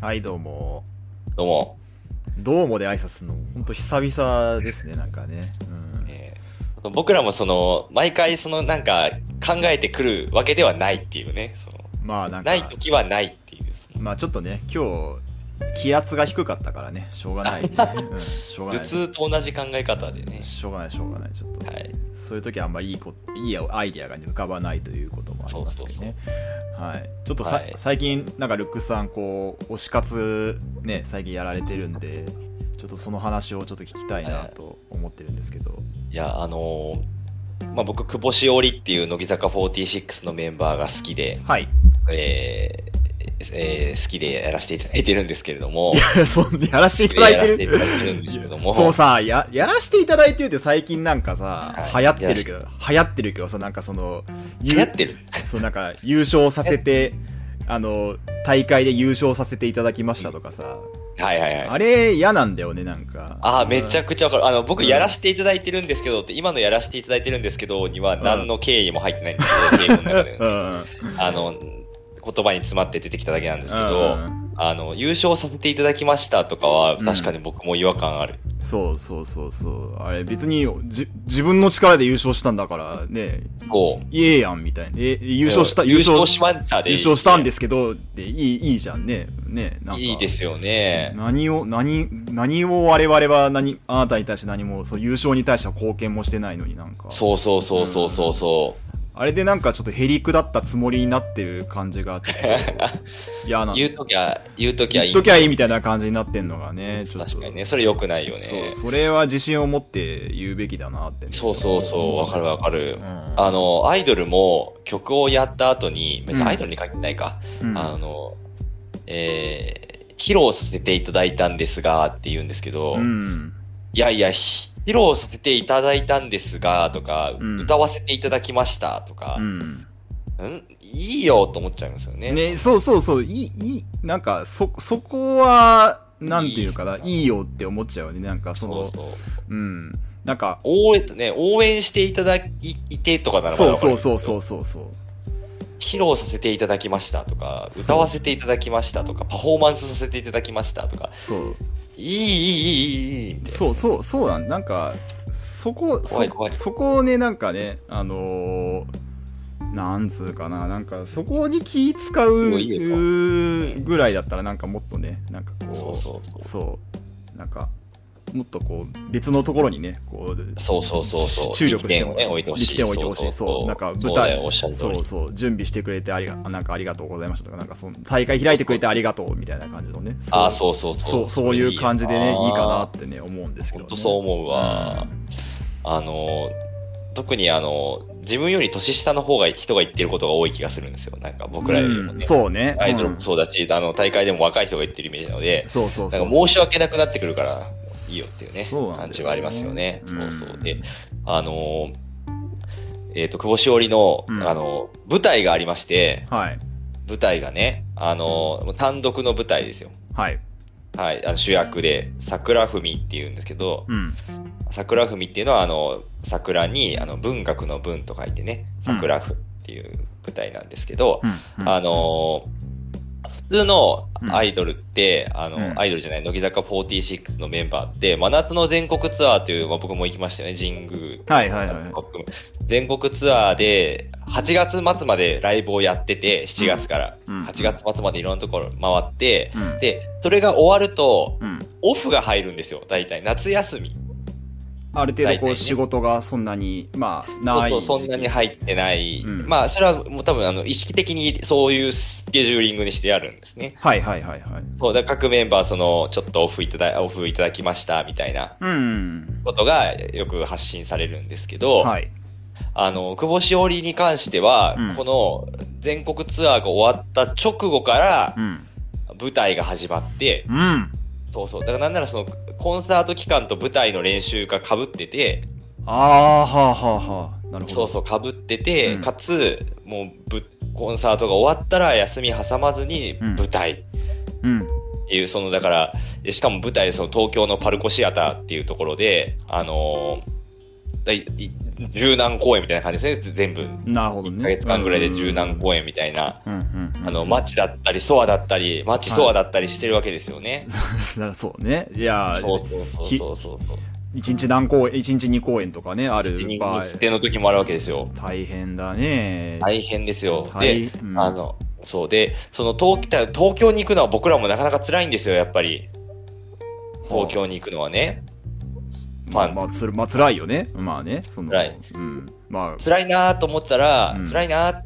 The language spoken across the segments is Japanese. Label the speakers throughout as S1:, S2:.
S1: はい、どうも。
S2: どうも。
S1: どうもで挨拶するの、ほんと久々ですね、なんかね。うん、
S2: えー僕らもその、毎回そのなんか考えてくるわけではないっていうね。その
S1: まあ、なんか
S2: ない、時はないっていうですね。
S1: まあちょっとね、今日、気圧が低かったからね、しょうがない、 ね。うん、しょうが
S2: 頭
S1: ない。
S2: 痛と同じ考え方でね。
S1: しょうがない、しょうがない、ちょっと。
S2: はい。
S1: そういう時はあんまりいいこいいアイディアが浮かばないということもありますけどね。
S2: そうそう
S1: はい、ちょっとさ、
S2: はい
S1: 最近、なんかルックスさん、こう、推し活、ね、最近やられてるんで、ちょっとその話をちょっと聞きたいなと思ってるんですけど。
S2: いや、あのーまあ、僕、久保しおりっていう乃木坂46のメンバーが好きで、
S1: はい。
S2: えーえー好きでやらせていただいてるんですけれど も、
S1: いや、そんやらせていただいてる。
S2: やらせていただいてるんですけども、
S1: そうさや、やらしていただいてるって最近なんかさ、
S2: はい
S1: 流行ってるけど、流行ってるけどさ、なんかその、
S2: 流行ってる
S1: そう、なんか優勝させて、あの、大会で優勝させていただきましたとかさ、
S2: はいはいはい。
S1: あれ嫌なんだよね、なんか。
S2: ああ、めちゃくちゃわかる。あの、僕、
S1: うん
S2: やらせていただいてるんですけどって、今のやらせていただいてるんですけどには、何の経緯も入ってないんですよ、経緯
S1: う
S2: の中で。
S1: ん。うん。
S2: あの、言葉に詰まって出てきただけなんですけ
S1: う
S2: ど、
S1: ん
S2: あの、優勝させていただきましたとかは、
S1: うん
S2: 確かに僕も違和感ある。
S1: そうそうそうそう。あれ、別にじ、自分の力で優勝したんだから、ね、
S2: こう。
S1: いえやん、みたいな。え、優勝した、
S2: 優勝しましたで。
S1: 優勝したんですけど、でいい、いいじゃんね。ね、なんか。
S2: いいですよね。
S1: 何を、何、何を我々は何、あなたに対して何も、そう、優勝に対しては貢献もしてないのになんか。
S2: そうそうそうそうそうそう。
S1: あれでなんかちょっとへりくだったつもりになってる感じが、ちょっと嫌なんだ。
S2: 言うときゃ、言うときゃい
S1: 言っ
S2: い。
S1: ときゃいいみたいな感じになってんのがね、ちょっと。
S2: 確かにね。それ良くないよね。
S1: そう、それは自信を持って言うべきだなってね、
S2: そうそうそう、わかるわか
S1: う
S2: る
S1: ん。
S2: あの、アイドルも曲をやった後に、別に
S1: うん
S2: アイドルに限らないか、
S1: うん
S2: あの、えー披露させていただいたんですが、って言うんですけど、
S1: うん。
S2: いやいや、ひ披露させていただいたんですが、とか、
S1: うん
S2: 歌わせていただきました、とか
S1: う、ん。
S2: んいいよ、と思っちゃいますよね。
S1: ね、そうそうそう、いい、いい、なんか、そ、そこは、なんていうかな、
S2: いいっすね
S1: いいよって思っちゃうよね、なんか、そ
S2: そ
S1: の、
S2: うそう。
S1: うん。なんか、
S2: 応援、ね、応援していただいいてとかならまだ
S1: そう
S2: わか
S1: そ
S2: る
S1: うそうそうそうそう。
S2: 披露させていただきましたとか、
S1: そう
S2: 歌わせていただきましたとか、パフォーマンスさせていただきましたとか、
S1: そう
S2: いい、いい、いい、いい、いい、みたいな。
S1: そうそうそうなんなんかそこそ
S2: 怖い怖い
S1: そこをねなんかねあのーなんつうかななんかそこに気使う
S2: もういいよ
S1: ぐらいだったらなんかもっとねなんかこ
S2: そううそうそう。
S1: そうなんかもっとこう別のところにねこう
S2: そうそうそうそう。
S1: 注力して
S2: 力点をね、置いてほしい。
S1: 力点を置いてほしいそうなんか舞
S2: そうだ
S1: 台
S2: よおっしゃる通
S1: そ
S2: り
S1: う。そう準備してくれてありがなんかありがとうございましたとかなんかその大会開いてくれてありがとうみたいな感じのね
S2: ああ、そうそう
S1: そ
S2: そうう。
S1: そういう感じでねいいかな
S2: あ
S1: ってね思うんです
S2: ー。
S1: けど、
S2: 本
S1: ね、
S2: 当そう思うわ。あの、特にあの、自分より年下の方が人が言ってることが多い気がするんですよ。なんか僕らよりも
S1: うん
S2: ね。
S1: そうね
S2: アイドル
S1: う
S2: も
S1: ん
S2: そうだし、あの、大会でも若い人が言ってるイメージなので、
S1: そうそう
S2: な
S1: そ
S2: ん
S1: う
S2: か申し訳なくなってくるから、いいよっていうね
S1: そうなんだよね、
S2: 感じはありますよね。
S1: うん
S2: そうそう。で、あの、えっと、久保しおりの、
S1: うん
S2: あの、舞台がありまして、
S1: はい
S2: 舞台がね、あの単独の舞台ですよ。
S1: はい
S2: はい、あの主役で桜文っていうんですけど、
S1: うん
S2: 桜文っていうのはあの桜にあの文学の文と書いてね、桜文っていう舞台なんですけど、
S1: うんうん
S2: あの普通の
S1: うん
S2: アイドルって、あの、
S1: うん
S2: アイドルじゃない、乃木坂46のメンバーって、真夏の全国ツアーという、まあ、僕も行きましたよね、神宮。
S1: はいはいはい
S2: 全国ツアーで8月末までライブをやってて7月から、
S1: うん
S2: 8月末までいろんなところ回って、
S1: うん
S2: でそれが終わると
S1: うん
S2: オフが入るんですよ大体夏休み
S1: ある程度
S2: 大体
S1: こう
S2: ね
S1: 仕事がそんなにまあない
S2: そうそうそんなに入ってない、
S1: うん
S2: まあそれはもう多分あの意識的にそういうスケジューリングにしてあるんですね
S1: はいはいはいはい
S2: そうだから各メンバーそのちょっとオフいただオフいただきましたみたいな
S1: うん
S2: ことがよく発信されるんですけど、
S1: はい
S2: あの、久保しおりに関しては、
S1: うん
S2: この全国ツアーが終わった直後から
S1: うん
S2: 舞台が始まって、
S1: うん
S2: そうそう。だからなんならそのコンサート期間と舞台の練習が被ってて、
S1: ああはあはあはあなるほど
S2: そうそう被ってて、
S1: うん
S2: かつ、もうぶコンサートが終わったら休み挟まずに
S1: うん
S2: 舞台っ
S1: うん
S2: ていう、そのだから、しかも舞台、その東京のパルコシアターっていうところで、あのーだいい十何公演みたいな感じですね、全部。
S1: なるほど
S2: 1
S1: ね。
S2: ヶ月間ぐらいで十何
S1: 演。
S2: 公演みたいな。
S1: うんうんうん、
S2: あの、マッチだったり、ソアだったり、マッチソアだったりしてるわけですよね。
S1: そうね。いや、
S2: そうそうそうそうそう。
S1: 一日何公演、一日二公演とかね、ある
S2: 日
S1: 場合。
S2: 程の時もあるわけですよ。
S1: 大変だね。
S2: 大変ですよ。
S1: はい
S2: で、
S1: うん
S2: あの、そうで、その東東京に行くのは僕らもなかなか辛いんですよ、やっぱり。東京に行くのはね。
S1: まあ、
S2: ファン
S1: まあ、つら、まあ、辛いよね。まあね、その。
S2: 辛い
S1: うん。まあ、
S2: 辛いなと思ってたら、
S1: うん
S2: 辛いなー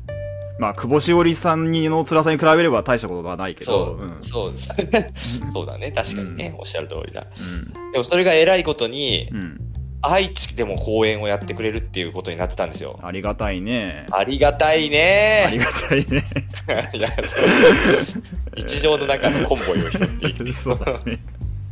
S1: まあ、久保しおりさんにの辛さに比べれば大したことはないけ
S2: そ
S1: ど。
S2: う、
S1: ん
S2: そう、 そうだね、確かにね、おっしゃる通りだ。
S1: う
S2: でもそれが偉いことに、
S1: ん。うん。
S2: 愛知でも公演をやってくれるっていうことになってたんですよ。
S1: ありがたいね。
S2: ありがたい
S1: あり
S2: ね
S1: がたい ね。
S2: ー。いやそう日常の中のコンボイを拾っていく
S1: そうだね。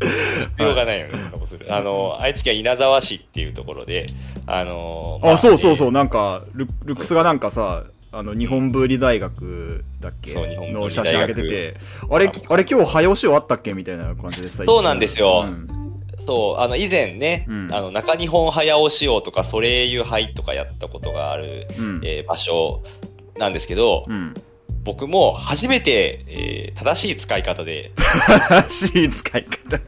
S2: 必要がないよね、そんなことするあの愛知県稲沢市っていうところで、あのま
S1: あ、そうそうそうう、なんか、ルルックスがなんかさ、あの、日本文理大学だっけ
S2: そう日本文理大学
S1: の写真上げてて、あれ、あれ今日早押し終わったっけみたいな感じでさ、
S2: そうなんですよ
S1: うん
S2: そうあの以前ね、
S1: うん
S2: あの中日本早押し王とかソレイユ杯とかやったことがある、
S1: うん。
S2: えー場所なんですけど、
S1: うん。
S2: 僕も初めて、えー正しい使い方で、
S1: 正しい使い方。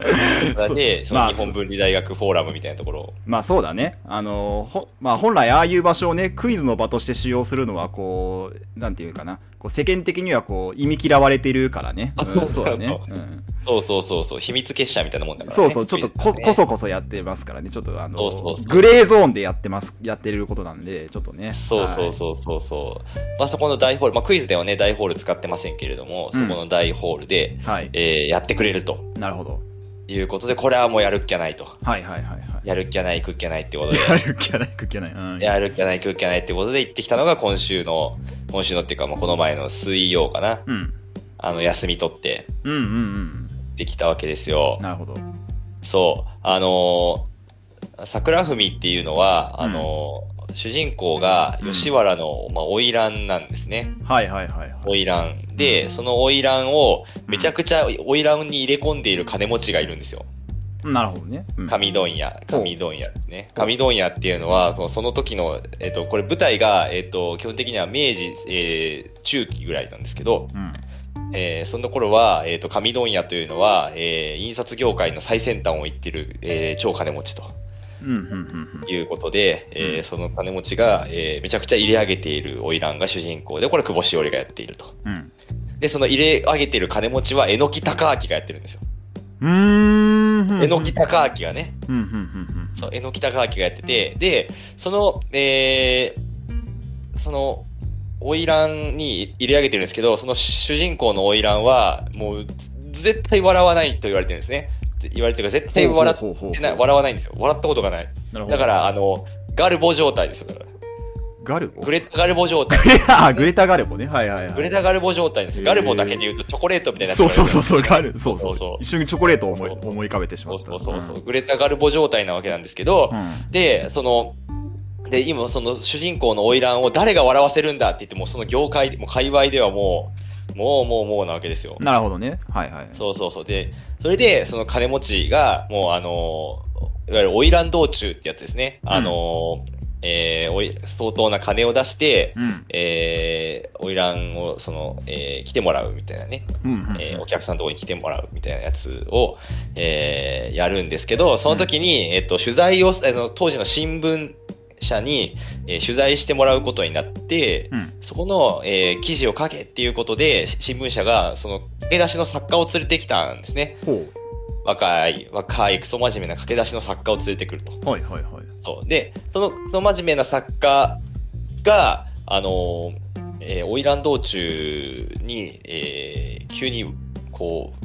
S2: で
S1: そうまあ、
S2: 日本文理大学フォーラムみたいなところを
S1: まあそうだね。あの、ほまあ本来ああいう場所をね、クイズの場として使用するのは、こう、なんていうかな、こう世間的にはこう、意味嫌われてるからね。うん、そうだね。うん
S2: そうそうそうそう、秘密結社みたいなもんだから、ね。
S1: そうそう、ちょっとこ,、
S2: クイズね
S1: こそこそやってますからね、ちょっとあの
S2: そうそうそう
S1: グレーゾーンでやってます、やってることなんで、ちょっとね。
S2: そうそうそうそうそう。まあそこの大ホール、まあクイズではね、大ホール使ってませんけれども、
S1: うん
S2: そこの大ホールで、
S1: はい。はい、
S2: えーやってくれると
S1: なるほど。
S2: いうことで、これはもうやるっきゃないと。
S1: はいはいはいはい。
S2: やるっきゃない、行くっきゃないってこと で、
S1: やる気はないく気はない。うん、
S2: やるっきゃない、行くっきゃないってことで行ってきたのが今週の、今週のっていうか、まあこの前の水曜かな。
S1: うん。
S2: あの、休み取って
S1: うんうんうん。
S2: 行ってきたわけですよ。
S1: なるほど。
S2: そう。あのー桜文っていうのは、
S1: うん
S2: あのー主人公が吉原の、まあ、花魁なんですね。
S1: はいはいはいはい。
S2: 花魁で、その花魁をめちゃくちゃ花魁に入れ込んでいる金持ちがいるんですよ。
S1: なるほどね。うん、
S2: 神問屋、
S1: ほう
S2: 神問屋ですね。神問屋っていうのは、こうその時の、えっと、これ舞台が、えっと、基本的には明治、えー中期ぐらいなんですけど、
S1: うん。
S2: えーその頃は、えっと、神問屋というのは、えー印刷業界の最先端を行ってる、えー超金持ちと
S1: うんうんうん
S2: いうことで、えー
S1: うん
S2: その金持ちが、えーめちゃくちゃ入れ上げている花魁が主人公で、これ久保しおりがやっていると。
S1: うん。
S2: で、その入れ上げてる金持ちは、えのきたかあきがやってるんですよ。
S1: うん。うーん。
S2: えのきたかあきがね、
S1: うんうんうんうん。
S2: そう、えのきたかあきがやってて、で、その、えー、その、花魁に入れ上げてるんですけど、その主人公の花魁は、もう、ず絶対笑わないと言われてるんですね。ず言われてるから、絶対笑
S1: ほうほうほう
S2: って
S1: ほ
S2: な
S1: う
S2: い、笑わないんですよ。笑ったことがない。
S1: なるほど
S2: だから、あの、ガルボ状態ですよ。だから
S1: ガルボ
S2: グレタガル ボ状態。
S1: あグレタガルボね。はいはいはい。
S2: グレタガルボ状態ですよ。ガルボだけで言うとチョコレートみたいな。
S1: そうそうそうそう、ガル、そうそ
S2: そう
S1: う。
S2: そう
S1: 一瞬チョコレートを思い
S2: そうそう
S1: 思い浮かべてしま
S2: そう
S1: った。
S2: そうそうそう、グレタ・ガルボ状態なわけなんですけど、
S1: うん。うん
S2: で、その、で、今、その主人公の花魁を誰が笑わせるんだって言って、もうその業界、もう界隈ではもう、もうもうもうなわけですよ。
S1: なるほどね。はいはい。
S2: そうそうそう。で、それで、その金持ちが、もうあのー、いわゆる花魁道中ってやつですね。あのー、えーおい相当な金を出して、
S1: うん。
S2: えー、花魁を、その、えー来てもらうみたいなね。
S1: うんうん。
S2: えーお客さんのとこに来てもらうみたいなやつを、えーやるんですけど、その時に、えっと、取材を、あの当時の新聞社に、えー取材してもらうことになって、
S1: うん
S2: そこの、えー記事を書けっていうことで、し新聞社が、その、駆け出しの作家を連れてきたんですね。
S1: ほ
S2: 若い、若い、クソ真面目な駆け出しの作家を連れてくると。
S1: う。はいはいはい。
S2: そうで、その、その真面目な作家が、あのー、えー、花魁道中に、えー急に、こう、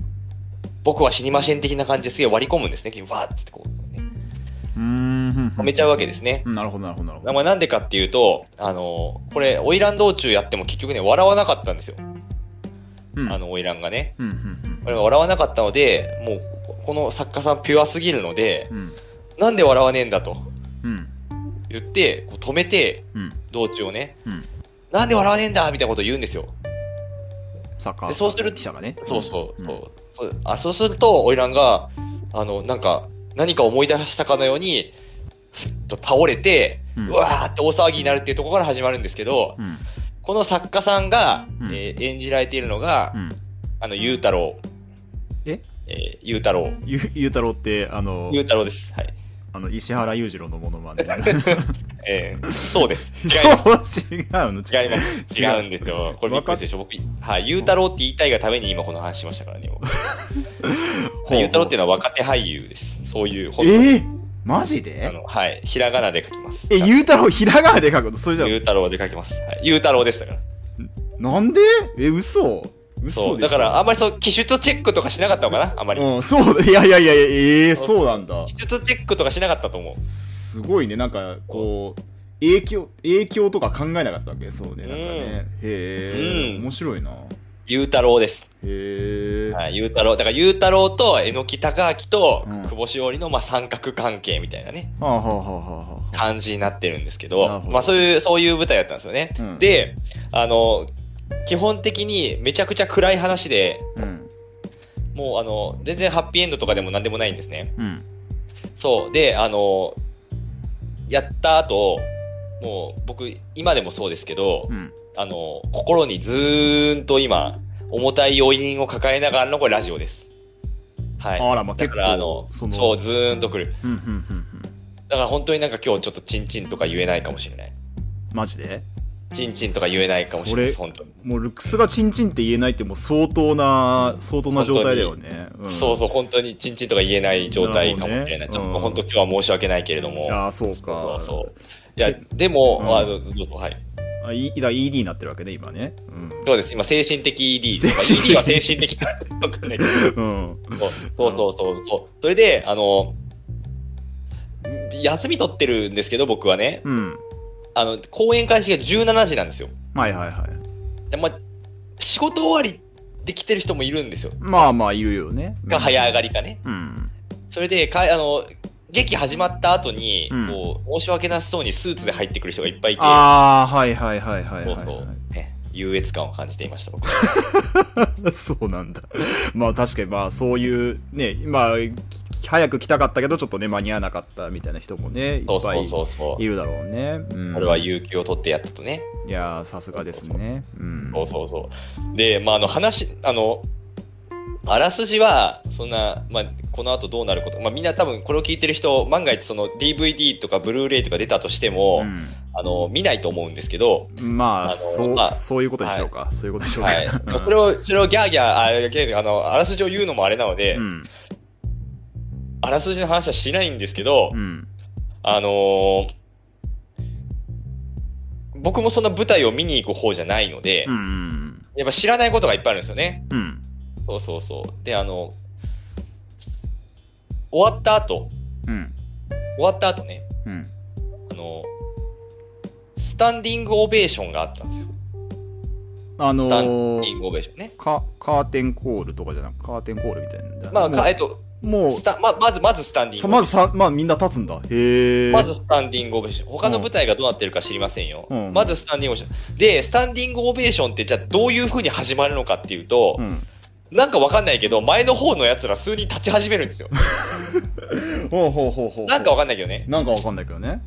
S2: 僕は死にません的な感じですげえ割り込むんですね。急にわーっつってこう、ね、
S1: うーん。
S2: はめちゃうわけですね。
S1: うんなるほどなるほどなるほど。
S2: まあ、なんでかっていうと、あのーこれ、花魁道中やっても結局ね、笑わなかったんですよ。
S1: うん
S2: あの、花魁がね。
S1: うんうん
S2: これが笑わなかったので、もう、この作家さんピュアすぎるので
S1: う、ん。
S2: なんで笑わねえんだと
S1: うんうん
S2: 言って、こう止めて、
S1: うん
S2: 道中をね、
S1: うん。
S2: なんで笑わねえんだみたいなことを言うんですよ。
S1: サッカー
S2: でそうする
S1: 記者がね。
S2: そうそうそう
S1: うん。
S2: そうあそうすると、オイランが、あの、なんか、何か思い出したかのように、と倒れて、
S1: う
S2: うんわーって大騒ぎになるっていうところから始まるんですけど、
S1: うん
S2: この作家さんが、
S1: うん
S2: えー演じられているのが、
S1: うん
S2: あの、ゆうたろう。
S1: え
S2: えーゆうたろう。
S1: ゆゆうたろうってあの
S2: ゆうたろうです。はい。
S1: あの石原裕次郎のモノ マネ
S2: えーそう です。違います。
S1: そう違うの
S2: 違います。
S1: 違う
S2: 違うんですよ。これびっくりするでしょ。僕、はい、ゆうたろうって言いたいがために今この話しましたからね。僕ゆうたろうっていう
S1: の
S2: のは若手俳優です。そういう、本当に
S1: えー、マジ
S2: あ
S1: で
S2: の、はい、ひらがなで書きます。
S1: えゆうたろうひらがなで書くのそれじゃ
S2: ゆうたろうで書きます。はい、ゆうたろうですだから。
S1: なんでえ嘘
S2: そ
S1: 嘘
S2: う。
S1: でしょ
S2: だから、あんまりそう、機種とチェックとかしなかったのかなあんまり。
S1: うんそう だいやいやいやいやえー、そうなんだ
S2: 機種とチェックとかしなかったと思う。
S1: すごいねなんかこう影響影響とか考えなかったわけそうねなんかね、へえ、
S2: うん
S1: 面白いな
S2: ゆうたろうです。
S1: へえ、
S2: はい、ゆうたろう。だから、ゆうたろうと、えのきたかあきと、
S1: うん
S2: 久保しおりの、まあ、三角関係みたいなね、
S1: はあはあはあはあはあ
S2: 感じになってるんですけ
S1: なる
S2: ど、
S1: ほど
S2: まあ、そういう、そういう舞台だったんですよね。
S1: うん
S2: で、あの、基本的にめちゃくちゃ暗い話で、
S1: うん
S2: もうあの、全然ハッピーエンドとかでもなんでもないんですね。
S1: うん
S2: そう。で、あの、やった後、もう僕、今でもそうですけど
S1: う、ん
S2: あの、心にずーんと今、重たい要因を抱えながらのこれラジオです。はい。
S1: あらまあ
S2: だ
S1: 結
S2: から、あ
S1: 構
S2: の、そう、
S1: う
S2: ずーんとくる。
S1: うんうんうんうん
S2: だから本当になんか今日ちょっとチンチンとか言えないかもしれない。
S1: マジで
S2: チンチンとか言えないかもしれないです、
S1: そ
S2: 本当に。
S1: もうルックスがチンチンって言えないってもう相当な相当な状態だよね、ん、
S2: そうそう、本当にチンチンとか言えない状態かもしれ
S1: なる
S2: ない。
S1: ほ
S2: ち
S1: ど
S2: ょ
S1: ね
S2: っ
S1: う
S2: と
S1: ん
S2: 本当今日は申し訳ないけれども。
S1: ああそうか
S2: そうそう。いや
S1: け、
S2: でも、
S1: うん
S2: あどうぞ、はい。
S1: あいだ ED になってるわけね今ね
S2: そうです。今、精神的 ED。
S1: 精
S2: まあ
S1: 神的
S2: ED は精神的 かわかんないけど。
S1: うん、うん、
S2: そうそうそうそうそう。それで、あの、休み取ってるんですけど、僕はね、
S1: うん、
S2: あの、講演開始が17時なんですよ。
S1: はいはいはい
S2: でまあ、仕事終わりで来てる人もいるんですよ。
S1: まあまあいるよね
S2: が早上
S1: が
S2: がりかね。
S1: うん
S2: それで、かあの、劇始まった後に、
S1: うん
S2: こう、申し訳なさそうにスーツで入ってくる人がいっぱいいて、
S1: ああはいはいはいはい
S2: そ
S1: は
S2: うそう、
S1: い
S2: ね優越感を感じていました、僕は。
S1: そうなんだ。 まあ確かにまあそういうね、まあき早く来たかったけどちょっとね間に合わなかったみたいな人もね、いっ
S2: そ
S1: ぱ
S2: うそ
S1: いう
S2: そうそう
S1: い。るだろうね。うん、
S2: 俺は有給を取ってやったとね。
S1: いやーさすがですね。うん。
S2: そうそうそう。で、まあ、あの話、あの、あらすじは、そんな、まあ、この後どうなること、まあ、みんな多分これを聞いてる人、万が一その DVD とかブルーレイとか出たとしても、あの、見ないと思うんですけど、
S1: うんまあ
S2: あの
S1: そう、
S2: まあ
S1: そういうことにしようか。そういうことにしようか。
S2: はい。 それを、それをギャーギャー、あギャーギャーあの、あらすじを言うのもあれなので、
S1: うん。
S2: あらすじの話はしないんですけど、
S1: うん。
S2: あのー僕もそんな舞台を見に行く方じゃないので、
S1: うん。
S2: やっぱ知らないことがいっぱいあるんですよね。
S1: うん。
S2: そうそうそう。で、あの、終わった後、
S1: うん。
S2: 終わった後ね、
S1: うん。
S2: あの、スタンディングオベーションがあったんですよ。
S1: あの
S2: スタンディ
S1: ー
S2: ン、グオベーションね。
S1: かカーテンコールとかじゃなくカーテンコールみたいなんだ
S2: まあ、
S1: もう
S2: かえっと、
S1: もう
S2: スタままず、まずスタンディン
S1: さ
S2: グ
S1: まずさまあみんな立つんだ。へえ。
S2: まずスタンディングオベーション。他の舞台がどうなってるか知りませんよ。
S1: うん
S2: まずスタンディングオベーション。で、スタンディングオベーションってじゃあどういう風に始まるのかっていうと、
S1: うん。
S2: なんかわかんないけど、前の方のやつら数人立ち始めるんですよ。
S1: ほうほうほうほう。
S2: なんかわかんないけどね。
S1: なんかわかんないけどね。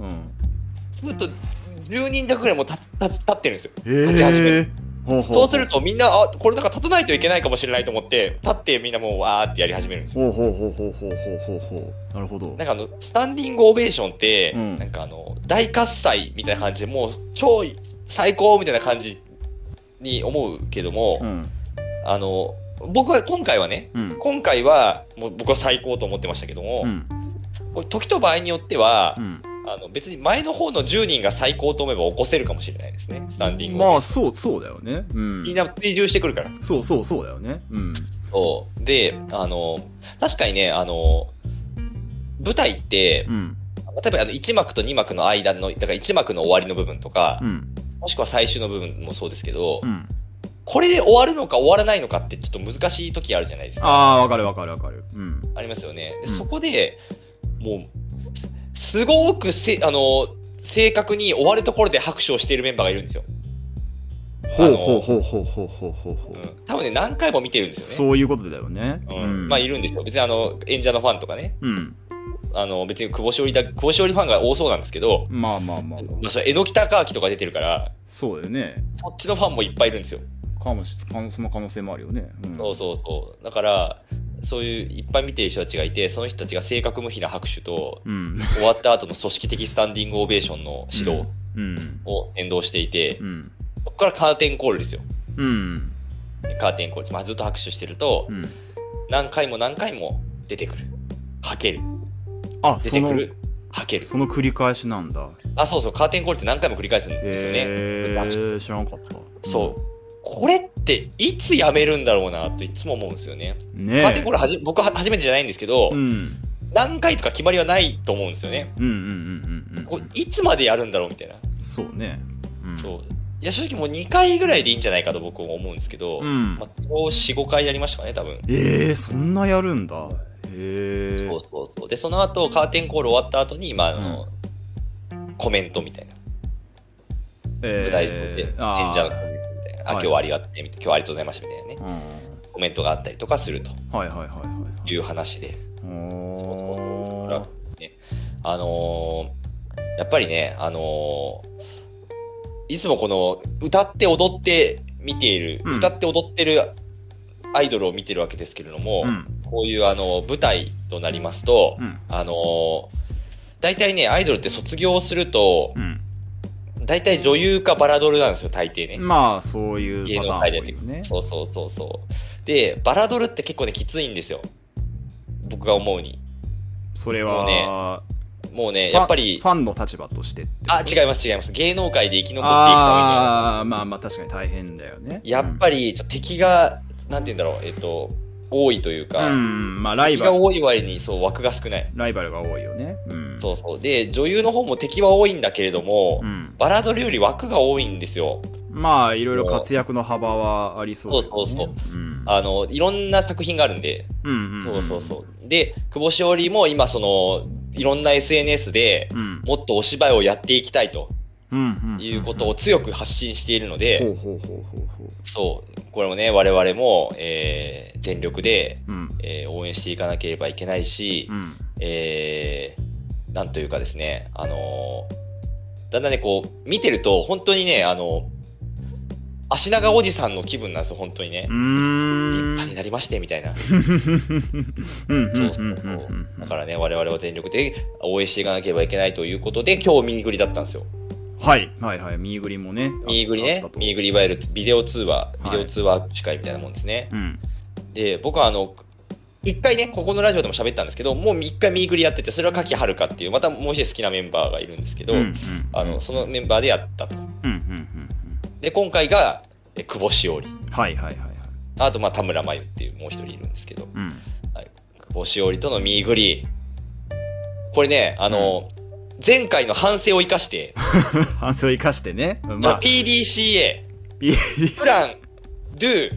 S1: うん。
S2: ちょっと10人だけぐらいもう立立立ってるんですよ。
S1: 立
S2: ち始め
S1: る。ほうほうほう
S2: そうするとみんな、あ、これだから立たないといけないかもしれないと思って、立ってみんなもうわーってやり始めるんです
S1: ほ
S2: よ。
S1: うほうほうほうほうほうほうほう。なるほど
S2: な。んかあの、スタンディングオベーションって、
S1: うん
S2: なんかあの、大喝采みたいな感じで、もう超最高みたいな感じに思うけども、
S1: うん。
S2: あの、僕は今回はね、
S1: うん。
S2: 今回はもう僕は最高と思ってましたけども、
S1: うん。
S2: これ時と場合によっては、
S1: うん。
S2: あの別に前の方の10人が最高と思えば起こせるかもしれないですね、スタンディングオベ
S1: ま
S2: ー
S1: あ
S2: ション
S1: そうそうだよね。うん
S2: みん。な追従してくるから。
S1: そうそうそうだよね。うん。
S2: そうで、あの、確かにね、あの、舞台って、
S1: うん。
S2: 例えばあの1幕と2幕の間の、だから1幕の終わりの部分とか、
S1: うん。
S2: もしくは最終の部分もそうですけど、
S1: うん。
S2: これで終わるのか終わらないのかってちょっと難しい時あるじゃないですか。
S1: ああー、わかるわかるわかる。うん。
S2: ありますよね。
S1: うん
S2: でそこでもう、すごくせあの正確に終わるところで拍手をしているメンバーがいるんですよ。
S1: ほうほうほうほうほうほうほうほ
S2: う
S1: う。
S2: ん、多分ね、何回も見てるんですよね。
S1: そういうことだよね。
S2: うんまあ、いるんですよ。別にあの演者のファンとかね。
S1: うん。
S2: あの別に久保しおりだ、久保しおりファンが多そうなんですけど、
S1: まあまあまあ、まあ、
S2: まあ、それ、榎木隆明とか出てるから、
S1: そうだよね。
S2: そっちのファンもいっぱいいるんですよ。
S1: かもしかその可能性もあるよね。うん、
S2: そうそうそう。だから、そういういっぱい見てる人たちがいて、その人たちが正確無比な拍手と、
S1: うん。
S2: 終わった後の組織的スタンディングオベーションの指導
S1: うん。
S2: を先導していて、
S1: うん。
S2: そこからカーテンコールですよ。
S1: うん。
S2: カーテンコールです。まあ、ずっと拍手してると
S1: う、ん。
S2: 何回も何回も出てくる。はける。
S1: あ、
S2: 出
S1: そ
S2: てく
S1: の、
S2: る。はける。
S1: その繰り返しなんだ。
S2: あ、そうそう。カーテンコールって何回も繰り返すんですよね。
S1: えー、知らんかった。
S2: そう。これっていつやめるんだろうなといつも思うんですよね。
S1: うん。ねえ。
S2: カーテンコールはじ僕は初めてじゃないんですけど、
S1: うん。
S2: 何回とか決まりはないと思うんですよね。
S1: うんうんうんうん
S2: こ
S1: う
S2: れいつまでやるんだろうみたいな。
S1: ん。そうね。うん、
S2: そう。いや、正直もう2回ぐらいでいいんじゃないかと僕は思うんですけど、
S1: うん
S2: まあ、そう4、5回やりましたかね、多分。
S1: ええー、そんなやるんだ。ええ
S2: そう
S1: ー。
S2: そうそう。で、その後、カーテンコール終わった後に、まあ、あの、コメントみたいな。舞台上で、演
S1: えー、
S2: 者
S1: あ
S2: のコメントみたいな。
S1: は
S2: あ、
S1: い
S2: 今日はありがとうね、みたいな。今日はありがとうございました、みたいなね
S1: ー。うん。
S2: コメントがあったりとかすると
S1: はいはいはいはい。
S2: いう話で。そうそうそう
S1: お
S2: だ
S1: ー
S2: か。らねあのーやっぱりね、あのーいつもこの歌って踊って見ている、
S1: うん
S2: 歌って踊ってるアイドルを見てるわけですけれども、
S1: うん。
S2: こういうあの舞台となりますと、
S1: うん。
S2: あのー大体ね、アイドルって卒業すると
S1: う、ん。
S2: 大体女優かバラドルなんですよ、大抵ね。
S1: まあ、そういう
S2: 芸
S1: パ
S2: 能
S1: ター
S2: 界
S1: ンが
S2: でやっ
S1: 多い
S2: て
S1: で
S2: いく
S1: すね。
S2: そうそうそうそう。で、バラドルって結構ね、きついんですよ。僕が思うに。
S1: それ
S2: もう
S1: は、
S2: もうね、やっぱり
S1: フ、ァンの立場としてってこと
S2: あ、違います、違います。芸能界で生き残っていくた
S1: ああー、まあまあ確かに大変だよね。
S2: めには、やっぱりちょっと敵が、なんて言うんだろう、えっと、多いという
S1: う
S2: か、
S1: ん、まあライ
S2: 敵
S1: バ
S2: が
S1: ル、
S2: 多い割にそう枠が少ない。
S1: ライバルが多いよね。うん。
S2: そうそう。で、女優の方も敵は多いんだけれども、
S1: うん。
S2: バラドルより枠が多いんですよ。
S1: まあ、いろいろ活躍の幅はありそうだよね。
S2: そうそう
S1: うん。
S2: あの、いろんな作品があるんで、
S1: うんん
S2: そうそうそう。で、久保しおりも今、その、いろんな SNS で、
S1: うん。うん。
S2: もっとお芝居をやっていきたいと
S1: うん。ん
S2: いうことを。強く発信しているので、
S1: ほうほうほうほうほ
S2: そう、これもね、我々も、えー全力で、
S1: う。うん。
S2: えー応援していかなければいけないし
S1: う、ん。
S2: えーなんというかですね、あのーだんだんね、こう、見てると、本当にね、あの足長おじさんの気分なんですよ、本当にね
S1: う。
S2: 立
S1: ーん
S2: 派になりまして、みたいな。
S1: うん。
S2: そうそうそう。だからね、我々は全力で応援していかなければいけないということで、今日、ミーグリだったんですよ。
S1: はい。はいはい。ミーグリもね。
S2: ミーグリね
S1: あった、と
S2: ミーグリ、いわゆるビデオ通話、ビデオ通話司会みたいなもんですね。
S1: うん。
S2: で、僕はあの、一回ね、ここのラジオでも喋ったんですけど、もう一回ミーグリやってて、それは柿はるかっていう、またもう一人好きなメンバーがいるんですけど、
S1: うんうん
S2: あの、そのメンバーでやったと。
S1: うんうんうん
S2: で、今回が、え久保しおり。
S1: うん。はいはいはいはい。
S2: あと、まあ、田村真由っていうもう一人いるんですけど、
S1: うん。
S2: 久保しおりとのミーグリ。これね、あの、前回の反省を生かして、
S1: 反省を生かしてね。まあ、
S2: PDCA、プラン、ドゥ、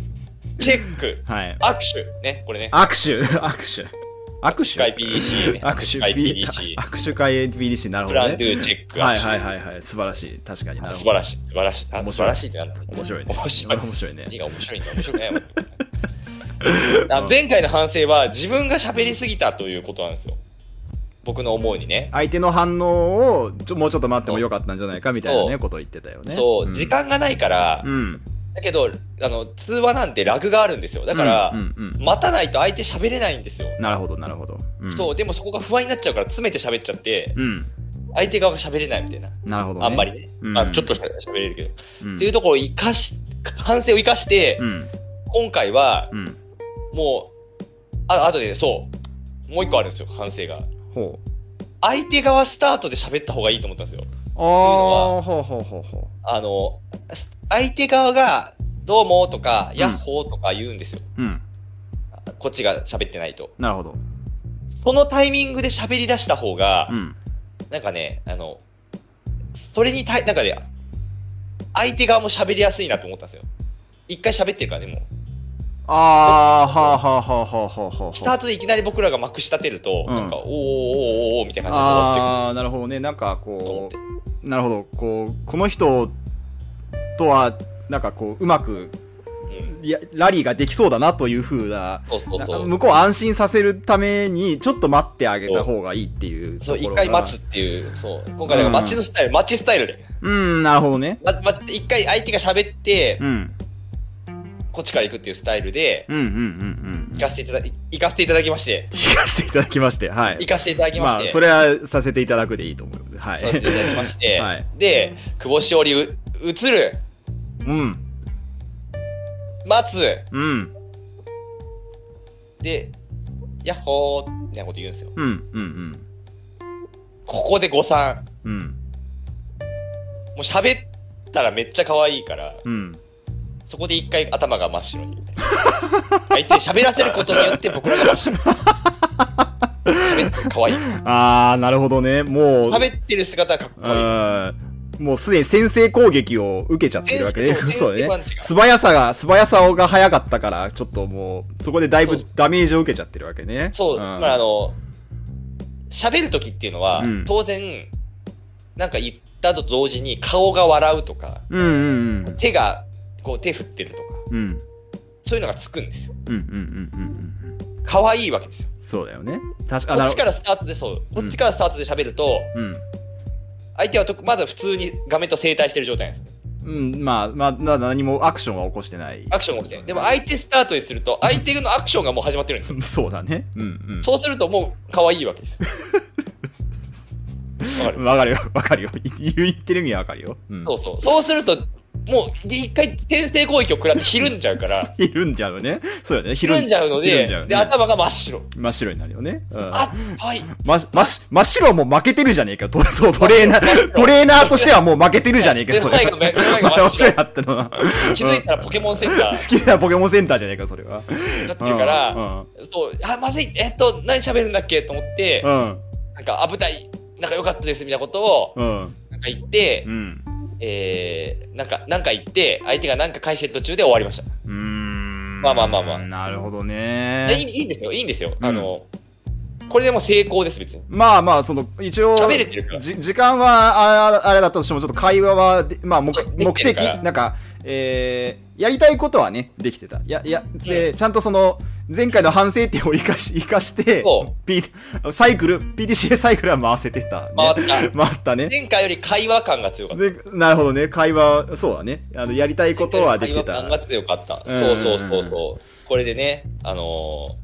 S2: チェック、
S1: はい。
S2: 握手、ね、これね、
S1: 握手、握手。握手
S2: 握手会 PDC ね
S1: 握手
S2: 握手会
S1: P-
S2: PDC
S1: 握手会 PDC、なるほ
S2: プ
S1: ど
S2: ラン、ド
S1: ね。
S2: ゥ、チェック、
S1: は
S2: 握
S1: い
S2: 手。
S1: はいはいはい。素晴らしい。確かになる
S2: 素
S1: ほど。
S2: 晴らしい、素晴らしい。あ
S1: 面白い
S2: 素晴らしいってなんだろう
S1: 面白いね。
S2: 面白い。
S1: 面白いね。
S2: 何が面白いんだ面白 くないわあ前回の反省は自分が喋りすぎたということなんですよ。僕の思うにね。
S1: 相手の反応をちょもうちょっと待ってもよかったんじゃないかみたいな
S2: そ
S1: ね
S2: う
S1: ことを言ってたよね。
S2: そう、
S1: ん
S2: 時。間がないから、
S1: うん。
S2: だけどあの、通話なんてラグがあるんですよ。だから、
S1: うんうんうん
S2: 待たないと相手喋れないんですよ。
S1: なるほど、なるほど。うん
S2: そう、でもそこが不安になっちゃうから、詰めて喋っちゃって、
S1: うん。
S2: 相手側が喋れないみたいな。
S1: なるほどね。
S2: あんまりね。
S1: うん
S2: まあ、ちょっとしか喋れるけど。っ
S1: うん。
S2: ていうところを生かし、反省を生かして、
S1: うん。
S2: 今回は、
S1: うん。
S2: もう、ああとね、そう、もう一個あるんですよ、反省が。
S1: ほう。
S2: 相手側スタートで喋った方がいいと思ったんですよ。
S1: ああ、ほうほうほうほ
S2: あの、す相手側が、どうもとか、
S1: ん
S2: ヤッホーとか言うんですよ。
S1: う。うん。
S2: こっちが喋ってないと。
S1: なるほど。
S2: そのタイミングで喋り出した方が
S1: う、ん。
S2: なんかね、あの、それに対、なんかね、相手側も喋りやすいなと思ったんですよ。一回喋ってるからね、もう。
S1: ああ、はあはあはあはあはあはあ。
S2: スタートでいきなり僕らがまくし立てると、
S1: うん
S2: なんか、おーおーおーおーみたいな感じで終わって
S1: ああーなるほどねなんか
S2: くると思っ
S1: こ
S2: て。
S1: うなるほどこうこの人とはなんかこううまく
S2: うん
S1: いやラリーができそうだなというふうな、
S2: そうそうそ
S1: な
S2: う。
S1: 向こうを安心させるために、ちょっと待ってあげた方がいいっていうと
S2: そう、
S1: こ
S2: 一
S1: ろが。
S2: 回待つっていう、そう。今回、だからマッチのスタイル、マッチスタイルで。
S1: うん、なるほどね。
S2: まま一回相手が喋って、
S1: うん。
S2: こっちから行くっていうスタイルで、
S1: うんうんうんうんうん。
S2: 行かせていただ、行かせていただきまして、
S1: 聞かせていただきまして、はい。
S2: 行かせていただきま
S1: ま
S2: し
S1: あ
S2: て、、
S1: それはさせていただくでいいと思うので。はい。
S2: させていただきまし て、
S1: はい
S2: で、久保しおりう、映る、
S1: うん。
S2: 待つ、
S1: うん。
S2: で、ヤッホーみたいなこと言うんですよ。
S1: うん。うん。
S2: ここで誤算。
S1: うん。うん。
S2: もう喋ったらめっちゃ可愛いから、
S1: うん。
S2: そこで一回頭が真っ白に。相手に喋らせることによって僕らが真っ白。喋って可 愛い。
S1: あー、なるほどね。もう、
S2: 喋ってる姿がかっこい
S1: う
S2: い。
S1: んもうすでに先制攻撃を受けちゃってるわけね。
S2: 先制
S1: そう
S2: 先制
S1: ね
S2: パンチ。が
S1: 素早さが、素早さが早かったから、ちょっともう、そこでだいぶ
S2: そう
S1: ダメージを受けちゃってるわけね。
S2: そう、
S1: ん
S2: まああの、喋るときっていうのは、
S1: うん
S2: 当然、なんか言ったと同時に顔が笑うとか、
S1: うんうんうん。
S2: 手がこう手振ってるとか、
S1: うん。
S2: そういうのがつくんですよ。
S1: うんうんうんうんうんうん。
S2: 可愛いわけですよ。
S1: そうだよね。確か
S2: こっち
S1: か
S2: からスタートで、そう、こっちからスタートで喋ると、
S1: うん。
S2: 相手はとまず普通に画面と正対してる状態なんです。
S1: うん、まあ、まあ、な何もアクションは起こしてない。
S2: アクションが起きて。でも相手スタートにすると、相手のアクションがもう始まってるんですよ。
S1: そうだね。うんうん。
S2: そうするともう可愛いわけですよ。わかる
S1: わかるよ、わかるよ。言う言ってる意味はわかるよ。うん、
S2: そうそう。そうすると、もうで一回先制攻撃を食らってひるんじゃうから、
S1: ひるんじゃうね。そうだね。
S2: ひるんじゃうの
S1: ひる
S2: で、
S1: んじゃう
S2: で、
S1: ね、
S2: 頭が真っ白。
S1: 真っ白になるよね。うん、
S2: あ、可愛い。
S1: ま、まし、真っ白はもう負けてるじゃねえか。トトトレーナー、トレーナーとしてはもう負けてるじゃねえか、
S2: で
S1: それ。
S2: 前が目の前 が
S1: まあ
S2: 真
S1: 面
S2: っ
S1: 白い
S2: 白。
S1: なってのは。
S2: 気づいたらポケモンセンター
S1: 好きなポケモンセンターじゃねえか、それは。
S2: になってるから、
S1: うん
S2: そう、あ、まずい、えっと、何喋るんだっけと思って、
S1: うん。
S2: なんか、あ、舞台、なんか良かったですみたいなことを、
S1: うん。
S2: なんか言って
S1: う、ん。
S2: えー、なんか、なんか言って、相手がなんか返してる途中で終わりました。
S1: うーん。
S2: まあまあまあまあ
S1: なるほど
S2: でい
S1: ね。
S2: いいいんですよ、いいんですよ。
S1: うん
S2: あの、これでもう成功です、別に。
S1: まあまあ、その、一応、
S2: 喋れてるから
S1: じ時間はあ、あれだったとしても、ちょっと会話はで、まあ、目
S2: そうで
S1: 目
S2: きてる
S1: 的
S2: から、
S1: なんか、えー、やりたいことはね、できてた。いや、いや、で、ちゃんとその、前回の反省点を生かし、 生かして
S2: そ、
S1: P、サイクル、PDCA サイクルは回せてた、ね。
S2: 回った。
S1: 回ったね。
S2: 前回より会話感が強かった。
S1: で、なるほどね。会話、そうだね。あの、やりたいことはできて
S2: 会話
S1: た
S2: 感。が強かった。
S1: うん
S2: そうそうそうそう。これでね、あの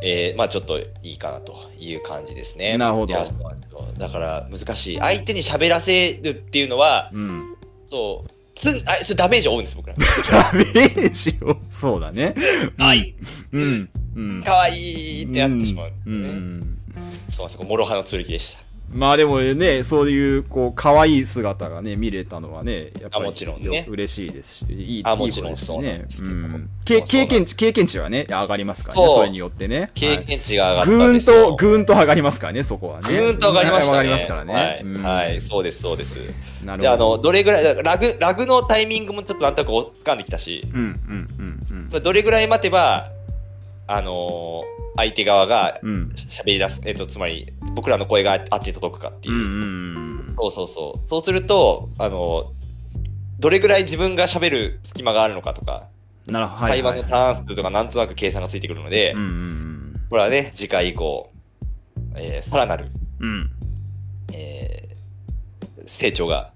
S2: ー、えー、まあちょっといいかなという感じですね。
S1: なるほど
S2: いやそうなんですよだから難しい。相手に喋らせるっていうのは、
S1: うん。
S2: そう、つんあそれダメージを負うんです、僕 ら。
S1: ダメージを。そうだね。
S2: はい、
S1: うん。うん。
S2: かわいいってなってしまう、ね
S1: うんうん。
S2: そうなんですよ、もろ刃の剣でした。
S1: まあでもね、そういう、こう、可愛い姿がね、見れたのはね、やっぱり、
S2: あもちろんね
S1: よ嬉しいですし、いい、
S2: あ
S1: いい
S2: もちろん
S1: ことですし
S2: そうなんです
S1: ね。うん
S2: そう
S1: け
S2: そうな
S1: 経
S2: んで
S1: 験値、
S2: す
S1: 経験値はね、上がりますからね、
S2: そう
S1: それによってね。
S2: 経験値が上が
S1: は
S2: っ
S1: い
S2: た
S1: ぐ
S2: ん
S1: ー
S2: で
S1: ん
S2: すよ。
S1: と、ぐーんと上がりますからね、そこはね。
S2: ぐーんと上がりました
S1: 上
S2: ね。
S1: がりますからね。
S2: はい、
S1: うん
S2: はいそうです、そうです。
S1: なるほど。
S2: で、あの、どれぐらい、ラグ、ラグのタイミングもちょっとなんとなく掴んできたし、
S1: うん、うん、うん、
S2: どれぐらい待てば、あのー相手側が
S1: うん。うん。
S2: 喋り出す、えっと、つまり、僕らの声がああっちに届くかっていうう。
S1: ん、うん
S2: そうそうそう。そうすると、あのーどれぐらい自分が喋る隙間があるのかとか、
S1: うん。なるほど。はい
S2: 会
S1: は
S2: 話
S1: い
S2: のターン数とかなんとなく計算がついてくるので、
S1: うん、うん
S2: これはね、次回以降、えーさらなる、
S1: うん、
S2: えー成長が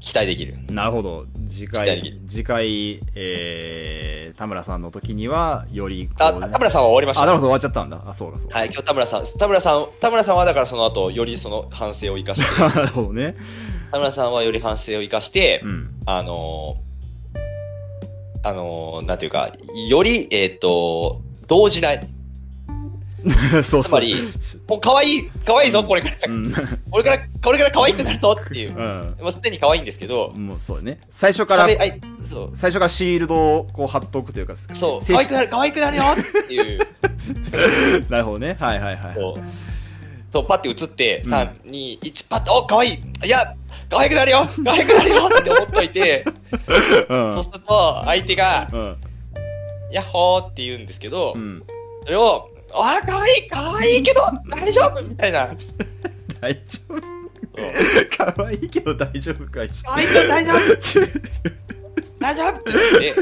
S2: 期待できる。
S1: うん。なるほど。次
S2: 期
S1: 回、次回、えー、田村さんの時には、よりこう
S2: あ、
S1: ね、
S2: 田村さんは終わりまし
S1: あ、なる
S2: た。
S1: ほど、終わっちゃったんだ。あ、そうか、そうか。
S2: はい、今日田村さん、田村さん、田村さんはだからその後、よりその反省を生かして、
S1: なるほどね。
S2: 田村さんはより反省を生かして
S1: う、ん。
S2: あのーあのーなんていうか、より、えっ、と、動じない。
S1: そうそう。
S2: つまりもう可愛い、可愛いぞ、これから。
S1: うん。
S2: これから、これから可愛くなるぞっていう。
S1: う
S2: もうすでに可愛いんですけど、
S1: ん。もうそうね。最初から、
S2: 喋、あいそう。
S1: 最初からシールドをこう貼っとくというか、
S2: そう、
S1: 静
S2: 可愛く
S1: 止
S2: なる、可愛くなるよっ ていう、
S1: なるほどね。はいはいはい。
S2: そう、そうパッて映って、
S1: うん
S2: 3、2、1、パッと、お可愛いいや、可愛くなるよ可愛くなるよって思っといて、
S1: うん。
S2: そうすると、相手が、
S1: うん。
S2: ヤッホーって言うんですけど
S1: う、ん。
S2: それを、あー、可愛い可愛いけど、大丈夫みたいな。そう
S1: 大丈夫。可愛いけど大丈夫かい。
S2: 可愛いけど大丈夫大丈夫って言って、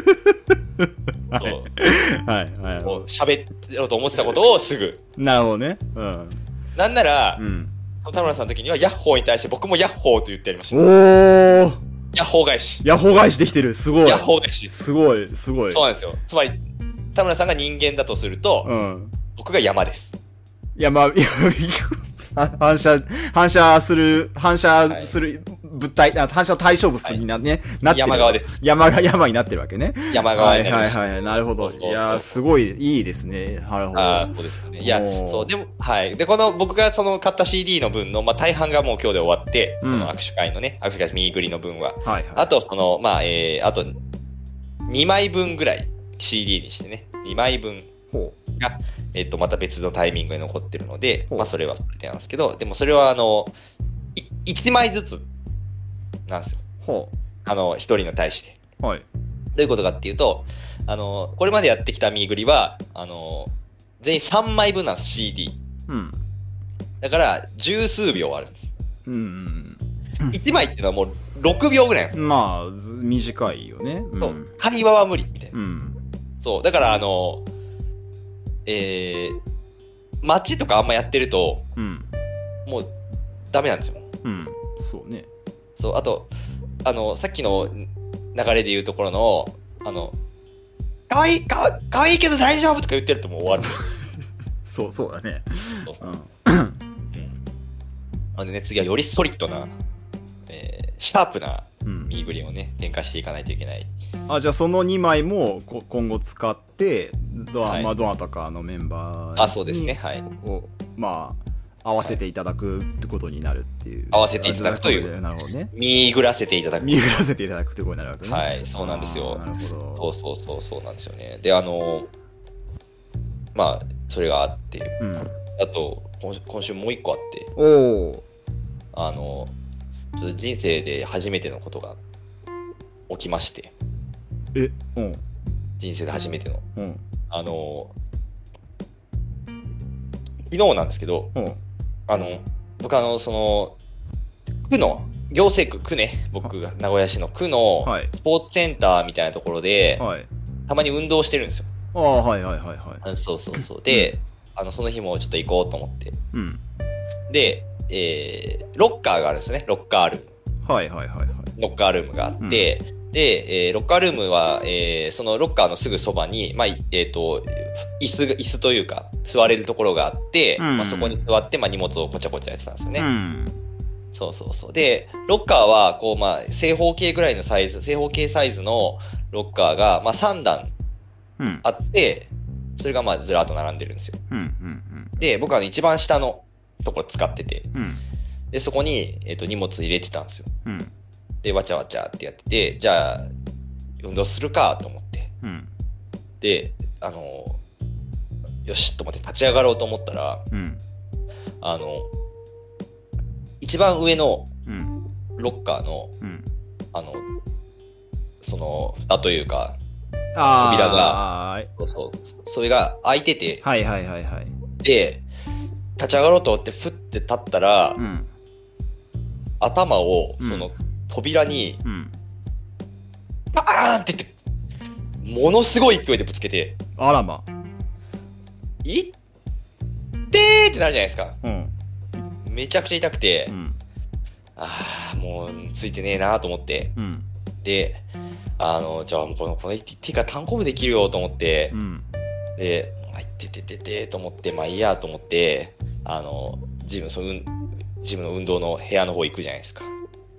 S1: はい
S2: そう
S1: はいはい
S2: も
S1: は
S2: う喋ろうと思ってたことをすぐ。
S1: い。なるほどね。うん。
S2: なんなら
S1: う、ん。
S2: 田村さんの時には、ヤッホーに対して僕もヤッホーと言ってやりまし
S1: お
S2: た。
S1: ー
S2: ヤッホー返し。
S1: ヤッホー返してきてる。すごい。
S2: ヤッホー返し。
S1: すごい、すごい。
S2: そうなんですよ。つまり、田村さんが人間だとすると、
S1: うん。
S2: 僕が山です。
S1: いや、まあ、い や反射、反射する、反射する物体、あ反射対象物にな,、ね、なってる。
S2: 山側です。
S1: 山が、 山になってるわけね。
S2: 山側
S1: はい
S2: になりま
S1: はい
S2: した。
S1: はい。なるほど。
S2: そうそうそう
S1: いやー、すごいいいですね。なるほど。
S2: ああ、そうですかね。いや
S1: おー、
S2: そう、でも、はい。で、この僕がその買った CD の分の、まあ、大半がもう今日で終わって、
S1: うん
S2: その握手会のね、握手会、ミーグリの分は。
S1: はいはい。
S2: あと、その、まあ、えー、あと、2枚分ぐらい CD にしてね、2枚分
S1: ほ
S2: が、えっと、また別のタイミングで残ってるので、
S1: ほう
S2: まあ、それはそれでなんですけど、でもそれは、あの、い1枚ずつなんですよ。
S1: う。ほ
S2: あの、1人に対して。
S1: う。はい。
S2: どういうことかっていうと、あの、これまでやってきたミーグリは、あの、全員3枚分なんです、CD。
S1: うん。
S2: だから、十数秒あるんです。
S1: うん
S2: 1枚っていうのはもう6秒ぐらいな
S1: う
S2: の
S1: ん。まあ、ず短いよね。う
S2: そう、
S1: ん。
S2: 会話は無理みたいな。
S1: うん。
S2: そう、だから、あの、えー、街とかあんまやってると、
S1: うん。
S2: もうダメなんですよ。
S1: うん。そうね。
S2: そう、あと、あの、さっきの流れで言うところの、あの、かわいい、かわかわいいけど大丈夫とか言ってるともう終わる。
S1: そう、そうだね。
S2: そうそう
S1: うん。
S2: うんなのでね、次はよりソリッドな、えーシャープな
S1: うん
S2: ミーグリをね、展開していかないといけない。
S1: あじゃあその2枚もこ今後使ってど,、
S2: はい
S1: まあ、どなたかのメンバー
S2: あ、そうですね。はい。
S1: にをまあ合わせていただくってことになるっていう、
S2: 合わせていただくという
S1: あなるほどね
S2: 見ぐらせていただく。
S1: 見らせていただくってことになるわけね
S2: はい、そうなんです
S1: あ
S2: よ
S1: ー。なるほ
S2: そ
S1: ど
S2: うそうそう、そうなんですよね。で、あの、まあ、それがあって、
S1: う、ん、
S2: あと、今週今週もう一個あって、
S1: おお
S2: あの、ちょっと人生で初めてのことが起きまして、
S1: えうん
S2: 人生で初めての。
S1: うん
S2: あの、昨日なんですけど、
S1: うん
S2: あの、僕あの、その、区の、行政区、区ね、僕が名古屋市の区の
S1: はい
S2: スポーツセンターみたいなところで、
S1: はい
S2: たまに運動してるんですよ。
S1: ああはいはいはいはい
S2: うんそうそうそう。で、あのその日もちょっと行こうと思って。
S1: うん
S2: で、えーロッカーがあるんですよね、ロッカールーム。
S1: はいはいはいはい
S2: ロッカールームがあって、で、えーロッカールームは、えーそのロッカーのすぐそばに、まあ、いえっ、と、椅子が、椅子というか、座れるところがあって、
S1: うん
S2: まあ、そこに座って、まあ、荷物をこちゃこちゃやってたんですよね。
S1: うん
S2: そうそうそう。で、ロッカーは、こう、まあ、正方形ぐらいのサイズ、正方形サイズのロッカーが、まあ、3段
S1: うん
S2: あって、それが、まあ、ずらっと並んでるんですよ。
S1: うんうん
S2: で、僕は、ね、一番下のところ使ってて、
S1: うんうん
S2: で、そこに、えっ、と、荷物入れてたんですよ。
S1: うん
S2: で、わちゃわちゃってやってて、じゃあ、運動するかと思って。
S1: うん
S2: で、あの、よしと思って立ち上がろうと思ったら、
S1: うん
S2: あの、一番上の
S1: うん
S2: ロッカーの、
S1: うん
S2: あの、その、蓋というか、
S1: あー
S2: 扉
S1: はい
S2: そうそう、それが開いてて、
S1: はいはいはいはい
S2: で、立ち上がろうと思って、ふって立ったら、
S1: うん
S2: 頭を、
S1: うん
S2: その、扉に、
S1: うん
S2: バーンって言って、ものすごい勢いでぶつけて、
S1: あらま
S2: いってーってなるじゃないですか。
S1: うん
S2: めちゃくちゃ痛くて、
S1: うん
S2: ああ、もうついてねえなと思って。
S1: うん
S2: で、あの、じゃあもうこの、この手が単行部できるよと思って
S1: う、ん
S2: で、あいててててと思って、まあいいやと思って、あの、ジム、その、うんジムの運動の部屋の方行くじゃないですか。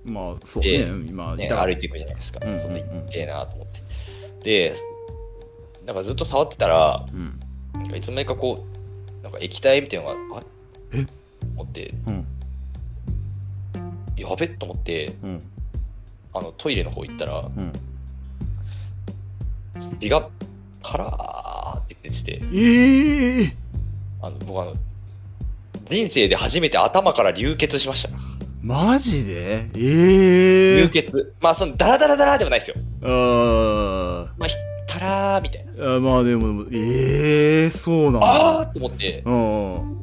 S1: まあそうね
S2: で
S1: 今
S2: ね、
S1: 痛かっ
S2: 歩いていくじゃないですか。
S1: うんうんうん
S2: そんな行ってえなと思って。で、なんかずっと触ってたら、
S1: うん
S2: なんかいつの間にかこう、なんか液体みたいなのが、あっ
S1: え
S2: 思って、
S1: うん
S2: やべっと思って、
S1: うん
S2: あのトイレの方行ったら、
S1: うん
S2: 血がパラーって出てて、
S1: ええ
S2: あの僕あの、人生で初めて頭から流血しました。
S1: マジでええ
S2: 流血。まあ、その、ダラダラダラではないですよ。
S1: あ
S2: まあ、ひたらーみたいな。
S1: ーあまあでもええそうなん
S2: あ
S1: だ
S2: ーと思って、
S1: うんうん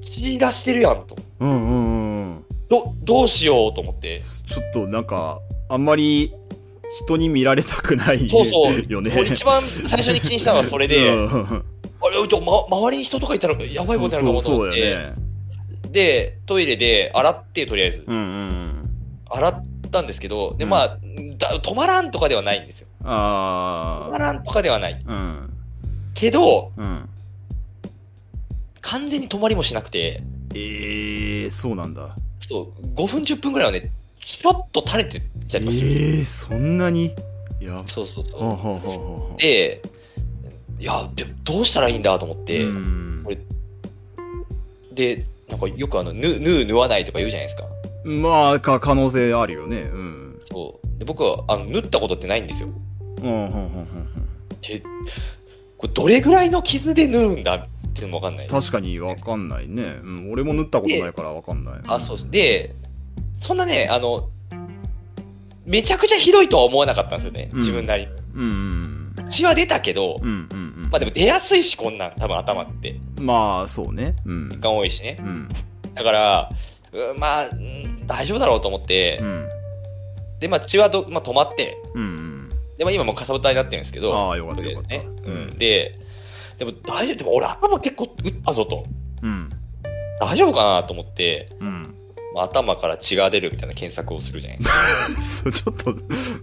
S2: 血出してるやんと。
S1: うんうんうん
S2: ど、どうしようと思って。
S1: ちょっとなんかあんまり人に見られたくない
S2: そうそう
S1: よね。
S2: もう一番最初に気にしたのはそれ で、
S1: うん
S2: あれ、ちょま、周りに人とかいたらやばいことになるかもと思っ
S1: そうそうそう
S2: て、
S1: だよね。
S2: で、トイレで洗って、とりあえず。
S1: うんうんうん。
S2: 洗ったんですけど、で、
S1: うん
S2: まあ、だ止まらんとかではないんですよ。止ま
S1: あ
S2: らんとかではない。
S1: あ。うん。
S2: けど、
S1: うん。
S2: 完全に止まりもしなくて、
S1: ええー、そうなんだ。
S2: ちょっと5分、10分ぐらいはね、ちょっと垂れてきた
S1: ええ
S2: りもする。
S1: ー、そんなにやば
S2: そうそう
S1: はあはあ
S2: そ
S1: はあはあ
S2: う。で、いや、でもどうしたらいいんだと思って、
S1: うん
S2: こで、なんかよくあの、ぬ、ぬ、縫わないとか言うじゃないですか。
S1: まあか可能性あるよねうん
S2: そう。で、僕は、あの、縫ったことってないんですよ。
S1: うんうんうんうんうん
S2: で、これどれぐらいの傷で縫うんだっていうのもわかんない。
S1: 確かに分かんないね、うん、俺も縫ったことないから分かんない
S2: あ、そうです。で、そんなね、あの、めちゃくちゃひどいとは思わなかったんですよね。
S1: うん
S2: 自分なりに。
S1: うんうん
S2: 血は出たけど、
S1: うんうんうんうん
S2: まあでも出やすいし、こんなん、多分頭って。
S1: まあそうねうん
S2: 血管多いしね。
S1: うん
S2: だから、うんまあ、うん大丈夫だろうと思って
S1: う、ん
S2: で、まあ血はど、まあ、止まって、
S1: うんうん
S2: で、まあ今もうかさぶたになってるんですけど、
S1: ああよかったよかった
S2: ねう
S1: うん
S2: ん、で、でも大丈夫、でも俺頭結構打ったぞと、
S1: うん
S2: 大丈夫かなと思って、
S1: うん
S2: まあ頭から血が出るみたいな検索をするじゃないです
S1: そ
S2: か。
S1: うちょっと、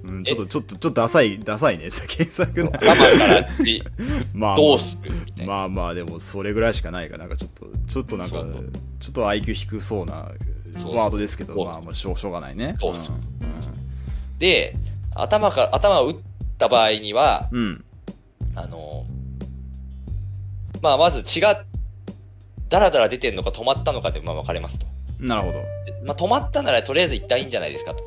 S1: うん、ちょっと、ちょっと、ちょっとダサい、ダサいね。 検索な。
S2: 頭から血、
S1: まあ、
S2: どうするみたいな。
S1: まあまあ、でも、それぐらいしかないから、なんかちょっと、ちょっとなんか
S2: そうそう、
S1: ちょっと IQ 低そうな
S2: そう
S1: ワードですけ
S2: そ
S1: ど、
S2: う
S1: まあまあ、しょうしょうがないね。
S2: そうっす
S1: う
S2: で、頭から、頭を打った場合には、
S1: ん。うん。
S2: あの、まあまず血が、だらだら出てるのか止まったのかでまあ分かれますと。
S1: うんなるほど。
S2: でまあ止まったならとりあえず一旦いいんじゃないですかと。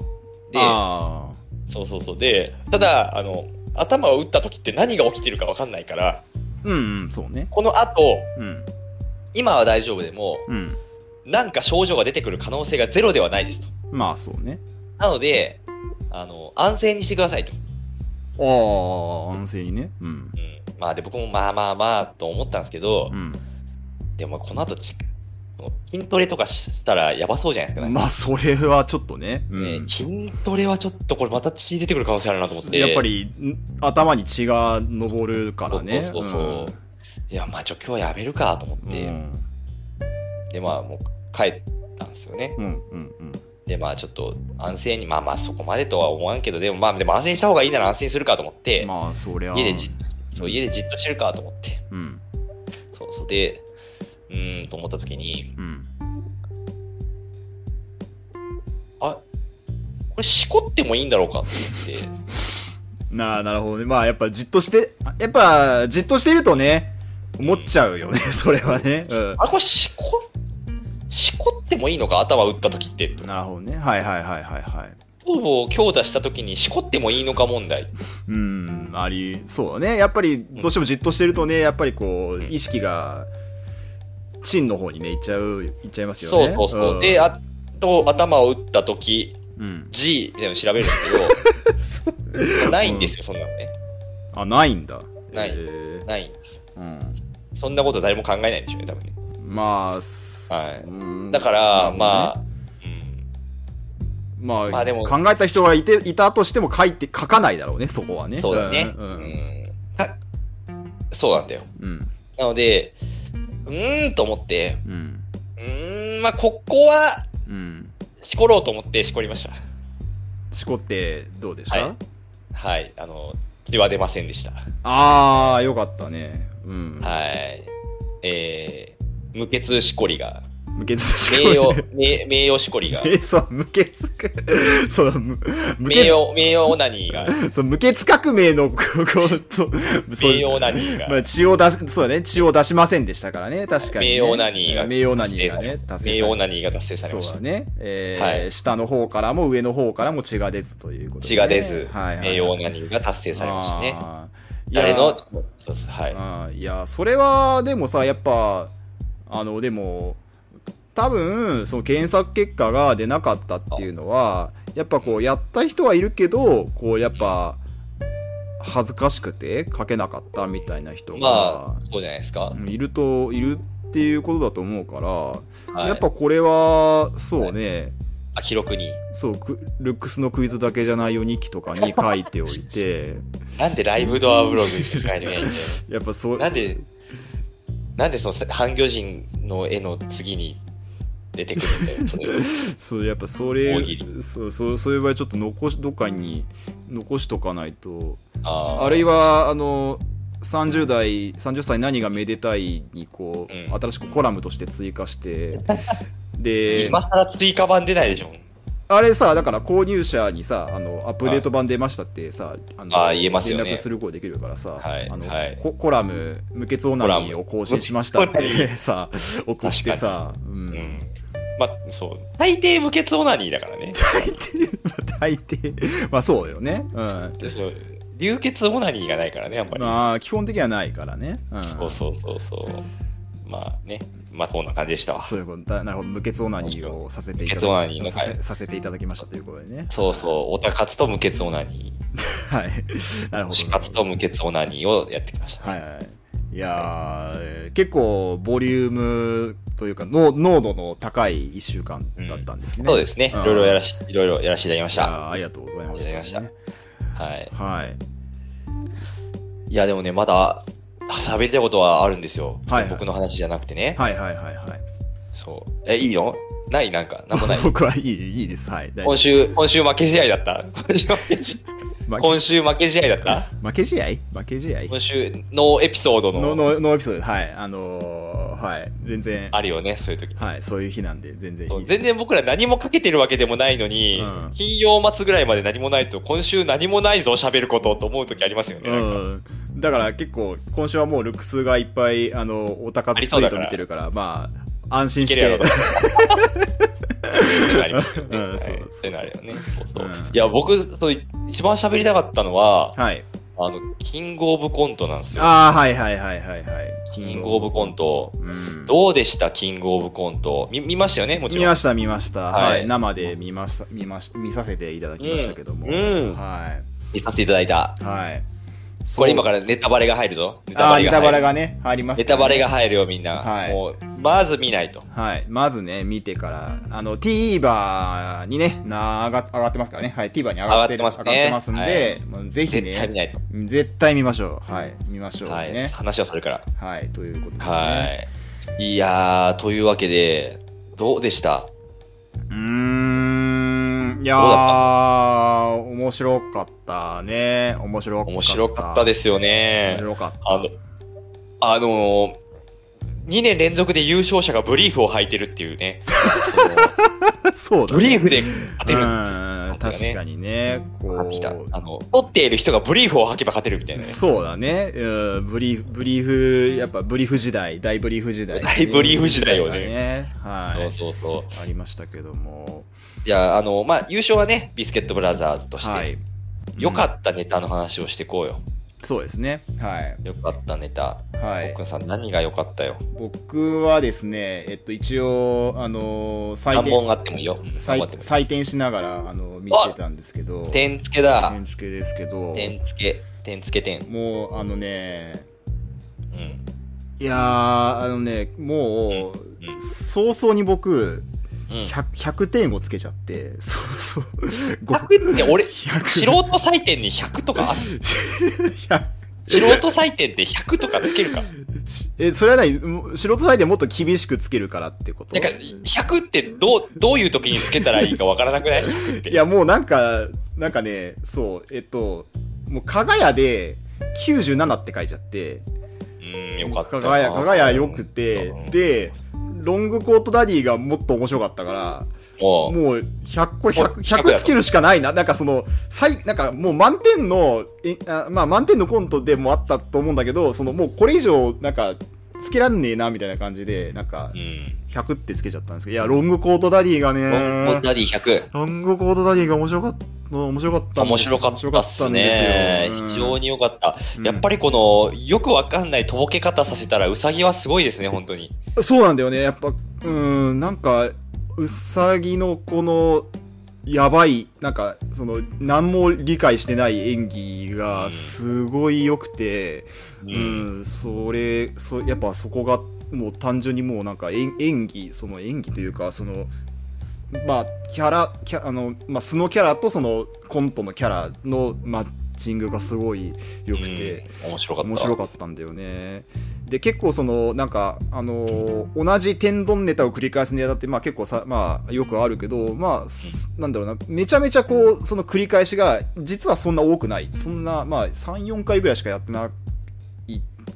S2: で、
S1: あ
S2: そうそうそう。で、ただ、あの、頭を打った時って何が起きてるか分かんないから、
S1: あ。うんうん、そうね。
S2: この後、
S1: うん。
S2: 今は大丈夫でも、
S1: うん。
S2: なんか症状が出てくる可能性がゼロではないですと。
S1: まあ、そうね。
S2: なので、あの、安静にしてくださいと。
S1: ああ、安静にね。うん
S2: う。ん。まあで、僕もまあまあまあと思ったんですけど
S1: う、ん。
S2: でもこの後ち、この筋トレとかしたらやばそうじゃないですか、ね
S1: まあ、それはちょっとね。う
S2: ね
S1: ん。
S2: 筋トレはちょっとこれまた血出てくる可能性あるなと思って。
S1: やっぱ。り、ん頭に血が上るからね。
S2: そうそうそうそういや、まあちょ、今日はやめるかと思っ
S1: うん。
S2: て、
S1: うん
S2: で、まあもう帰ったんですよね。
S1: うんうんうん
S2: で、まあちょっと安静に、まあまあそこまでとは思わんけど、でもまあでも安静にした方がいいなら安静にするかと思って、
S1: まあそりゃ
S2: 家でじそう家でじっとしてるかと思って、
S1: うん
S2: そうそうで、うーんと思った時に、
S1: うん
S2: あこれしこってもいいんだろうかって言って、
S1: なあなるほどねまあやっぱじっとしてやっぱじっとしてるとね思っちゃうよね それはねう
S2: あれこれしこ、しこってもいいのか頭打った時って、と
S1: んなるほどねはいはいはいはいはい
S2: 頭部を強打した時にしこってもいいのか問題。
S1: うんありそうだねやっぱりどうしてもじっとしてるとねやっぱりこう
S2: うん
S1: 意識がチンの方にねいっちゃういっちゃいます
S2: そ
S1: よ
S2: う
S1: ね
S2: そうそう。
S1: ん
S2: で、あと頭を打った時、
S1: うん
S2: G みたいなの調べるんで すけど、ないんですよ、そんなのね。
S1: あないんだ
S2: ない
S1: へえ
S2: ないんです。
S1: うん
S2: そんなこと誰も考えないでしょうね、多分ね。
S1: まあす
S2: はい
S1: うん
S2: だから、
S1: なるほどね
S2: まあ、
S1: まあ、
S2: まあでも
S1: 考えた人がいていたとしても書いて書かないだろうね、そこは
S2: う
S1: ね。
S2: ん、そうだね。う
S1: うん
S2: んかそうなんだよ。
S1: うん
S2: なので、うーんと思って、
S1: うん
S2: うーん、まあ、ここは、
S1: うん。
S2: しころうと思ってしこりました。
S1: しこってどうでした、
S2: はいはい。あの、血は出ませんでした。
S1: ああ、よかったね。うん。
S2: はい。えー、無血しこ りが、
S1: 無血しこ
S2: 名誉、名名誉しこりが、
S1: え、そう、無血か、 その、無無
S2: 名
S1: 血、
S2: 誉、名誉オナニーが、
S1: その無血革命の、こ う、と、 そう
S2: 名誉オナニー
S1: ま
S2: が
S1: あ、、血を出す、そうだね、血を出しませんでしたからね、確かに、ね。
S2: 名誉オナニーが、
S1: 名誉オナニーがね、達成さ
S2: 名
S1: れ
S2: 誉オナニーが達成され
S1: そ
S2: ま
S1: う
S2: した
S1: だ。ね、えー
S2: はい
S1: 下の方からも上の方からも血が出ずということで、ね、
S2: 血が出ず、
S1: はいはいはい、
S2: 名誉オナニーが達成されましたね。
S1: あーいや
S2: 誰の、そうですはい。
S1: あーいやそれはでもさやっぱあのでも多分その検索結果が出なかったっていうのはやっぱこうやった人はいるけどこうやっぱ恥ずかしくて書けなかったみたいな人が、
S2: まあ、そうじゃないですか
S1: う。んいるといるっていうことだと思うから、
S2: はい
S1: やっぱこれはそうね、
S2: あ記録に。
S1: そうクルックスのクイズだけじゃないよ日記とかに書いておいて
S2: なんでライブドアブログに書かないといけないんだよ。
S1: やっぱ そう
S2: なんで、なんでその半魚人の絵の次に出てくるんだよ、 その
S1: そうやっぱそ
S2: 大
S1: れ
S2: 喜利
S1: そうそうそういう場合ちょっと残しどっかに残しとかないと
S2: あー
S1: あるい、はあの30代30歳何がめでたいにこう、
S2: うん
S1: 新しくコラムとして追加して で
S2: 今更追加版出ないでしょ。
S1: あれさだから購入者にさあのアップデート版出ましたってさあの
S2: あー言えますよね
S1: 連絡することできるからさ、
S2: はい
S1: あの
S2: はい
S1: ココラム「無血オナニーを更新しました」っ
S2: コラ ム
S1: てさ送ってさ、う、
S2: うんん。まあ、そう。大抵無血オナニーだからね。
S1: 大抵大抵まあそうよねうん
S2: でそう流血オナニーがないからね、あんまり。
S1: まあ基本的にはないからね、うん、
S2: そうそうそうそう。まあね、まあそんな感じでしたわ。
S1: そういうことだなるほど無血オナニーをさせていただ
S2: 無血オナニーの
S1: さ
S2: 回
S1: せさせていただきましたということで ね
S2: そうそう、オタ活と無血オナニ
S1: はいなる
S2: ー、
S1: ほど
S2: 死活と無血オナニーをやってきました。
S1: はいはいいやーえー結構ボリュームというか濃濃度の高い1週間だったんですね、
S2: そうですね、い
S1: うん
S2: ろいろやらし、いろいろやらせていただきまし
S1: いや
S2: た。
S1: ーありがとうございました,、
S2: ありがとうござはい。
S1: はい
S2: いや、でもね、まだ喋りたいことはあるんですよ。
S1: はいはい
S2: 僕の話じゃなくてね。
S1: はいはいはいはい
S2: そう。え、いいのないなんか、なんもない。
S1: 僕はいいいいですはい大丈夫
S2: 今週、今週負け試合だった。今週負け試合
S1: 負け
S2: 今週負け試合だった
S1: 負け試合負け試合
S2: 今週、ノーエピソード
S1: の
S2: の、
S1: ののエピソードはいあのーはい全然
S2: あるよね、そういう時。
S1: はいそういう日なんで全然いい
S2: そう
S1: です
S2: 全然僕ら何もかけてるわけでもないのに、
S1: うん
S2: 金曜末ぐらいまで何もないと、今週何もないぞ、喋ることと思う時ありますよね。なんか
S1: うん、だから結構今週はもうルックスがいっぱいあのお高ツイート見てるからまあ安心
S2: いけ
S1: し
S2: るやろ
S1: て
S2: と。そういうのありますよね。
S1: う
S2: は
S1: ん
S2: い
S1: そう
S2: そういうのあるよね。そうそう
S1: うん
S2: いや、僕、そう一番喋りたかったのは、
S1: はい
S2: あの、キングオブコントなんですよ。
S1: ああはいはいはいはいはい
S2: キングオブコント。
S1: うん
S2: どうでしたキングオブコント。見見ましたよねもち
S1: 見
S2: ろん。
S1: ました見ました
S2: は
S1: はいい生で見ました見まし見させていただきましたけども
S2: うんうん
S1: は
S2: 見させていただいた。
S1: いはい
S2: これ今からネタバレが入るぞ。ネタ
S1: あ
S2: バ
S1: あー
S2: レ
S1: ネ
S2: が
S1: タバ
S2: 入
S1: レ
S2: る。
S1: がね入ります
S2: ネ
S1: から
S2: タ
S1: ね
S2: バレが入るよ、みんな。
S1: はい
S2: もう、まず見ないと。
S1: はい、まずね、見てから、あの、TVer にね、な上が上がってますからね、はい、TVer に上がって
S2: 上がってますね
S1: 上がってますんで、まあぜひね
S2: 絶対見ないと。
S1: 絶対見ましょう。はい、見ましょう
S2: はい。
S1: ね。
S2: 話はそれから。
S1: はい、ということで、ね。
S2: はい。いやー、というわけで、どうでした
S1: うーん、いや
S2: どうだ
S1: ー、面白かったね。面白かった。
S2: 面白かったですすよ
S1: 面
S2: ね。
S1: 白かった。
S2: あの、あの2年連続で優勝者がブリーフを履いてるってい うね。
S1: そうだ
S2: ブ
S1: ね。
S2: リーフで当てる
S1: う
S2: って
S1: ん、
S2: 感じ
S1: 確
S2: だ
S1: かにね、こ。
S2: いうきた。あの、取っている人がブリーフを履けば勝てるみたいなね。
S1: そうだね、うん、ブリーフ、ブリーフ、やっぱブリーフ時代、大ブリーフ時代、
S2: 大ブリーフ時代よね
S1: は
S2: そう
S1: い。
S2: そうそう。
S1: ありましたけども。
S2: じゃあ、あの、まあ、優勝はね、ビスケットブラザーズとして、
S1: はい。
S2: 良か
S1: っ
S2: ったネタの話をしていこうよ。
S1: た。そうですね。はい。
S2: 良かったネタ。
S1: はい
S2: 奥、野さん、何が良かったよ。
S1: 僕はですね、えっと、一応、あのー採
S2: 何本
S1: 点
S2: あってもいいよ。何
S1: 採
S2: 本あってもいい
S1: 採点しながら、あの見てたんですけど、
S2: 点付けだ。
S1: 点付けですけど、
S2: 点付け。点付け点。
S1: もう、あのね、
S2: うん。
S1: いやー、あのね、もう、
S2: うん
S1: 早々に僕、
S2: うん。
S1: 100, 100点をつけちゃって、そうそう、ご
S2: 100って俺、
S1: 100
S2: 素 人採点に100とかある、
S1: 100
S2: 素人採点って100とかつけるか。
S1: え、それは何も素人採点もっと厳しくつけるからってこと
S2: なんか、100ってどう、どういう時につけたらいいかわからなくない ?100 って。
S1: いや、もうなんか、なんかね、そう、えっと、もう、加賀屋で97って書いちゃって、
S2: うん、よかっ
S1: 加
S2: たな。
S1: 賀屋、加賀屋よくて
S2: うん、
S1: で、ロングコートダディがもっと面白かったから、
S2: もう、
S1: もう100、これ100、
S2: 100だと
S1: 100つけるしかないな。なんかその、最、なんかもう満点の、えあまあ満点のコントでもあったと思うんだけど、そのもうこれ以上、なんか、つけらんねえな、みたいな感じで、なんか
S2: う、ん。
S1: 100ってつけちゃったんですけど、いや、ロングコートダディがね、
S2: ロングダディ100。
S1: ロングコートダディが面白かった、面白かったんで
S2: 面
S1: す。
S2: 白かったっすね
S1: 面。白かったんで
S2: 非
S1: すよ
S2: 常。に良かった。
S1: うん
S2: やっぱりこの、よくわかんないとぼけ方させたら、ウサギはすごいですね、本当に。
S1: うんそうなんだよね。やっぱ、うん、なんか、うさぎのこの、やばい、なんか、その、何も理解してない演技
S2: うん
S1: が、すごい良くて、
S2: う
S1: うんん、それ、そやっぱそこが、もう単純にもうなんか演演技、その演技というか、その、まあキャラキャあの、まあ、素のキャラとそのコントのキャラのマッチングがすごい良くて、
S2: うん面白かった。
S1: 面白かったんだよね。で結構そのなんかあのー同じ天丼ネタを繰り返すネタってまあ結構さまあよくあるけどまあすなんだろうなめちゃめちゃこうその繰り返しが実はそんな多くないそんなまあ34回ぐらいしかやってない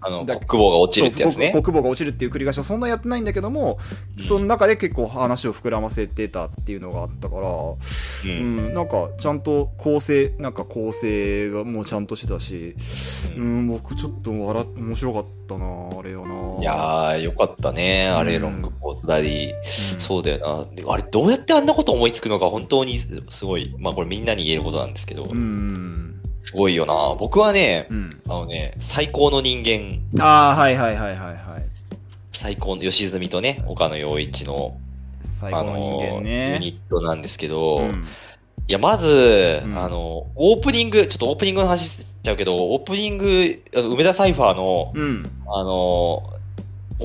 S2: あの、
S1: だ
S2: 国防が落ちるってやつ
S1: そう
S2: ね。
S1: 国母が落ちるっていう繰り返しはそんなやってないんだけども、
S2: うん
S1: その中で結構話を膨らませてたっていうのがあったから、
S2: う。
S1: うんん、なんかちゃんと構成なんか構成がもうちゃんとしてたし、う、
S2: うん
S1: 僕ちょっと笑っ面白かったなあれよな。
S2: いやー、よかったね。あれ、
S1: うん
S2: ロングコートダデ
S1: う
S2: ィ。
S1: ん
S2: そうだよな。であれ、どうやってあんなこと思いつくのか、本当にすすごい。まあ、これみんなに言えることなんですけど、
S1: うん、
S2: すごいよな。僕はね、
S1: うん、
S2: あのね、最高の人間、
S1: ああはいはいはいはいはい
S2: 最高の吉住とね、岡野陽一の、
S1: 最
S2: あ
S1: 高の人
S2: の、
S1: 間ね
S2: ユニットなんですけど、
S1: うん
S2: いや、まず、
S1: うん
S2: あの、オープニング、ちょっとオープニングの話しちゃうけど、オープニング、あの梅田サイファーの、
S1: うん
S2: あの、オ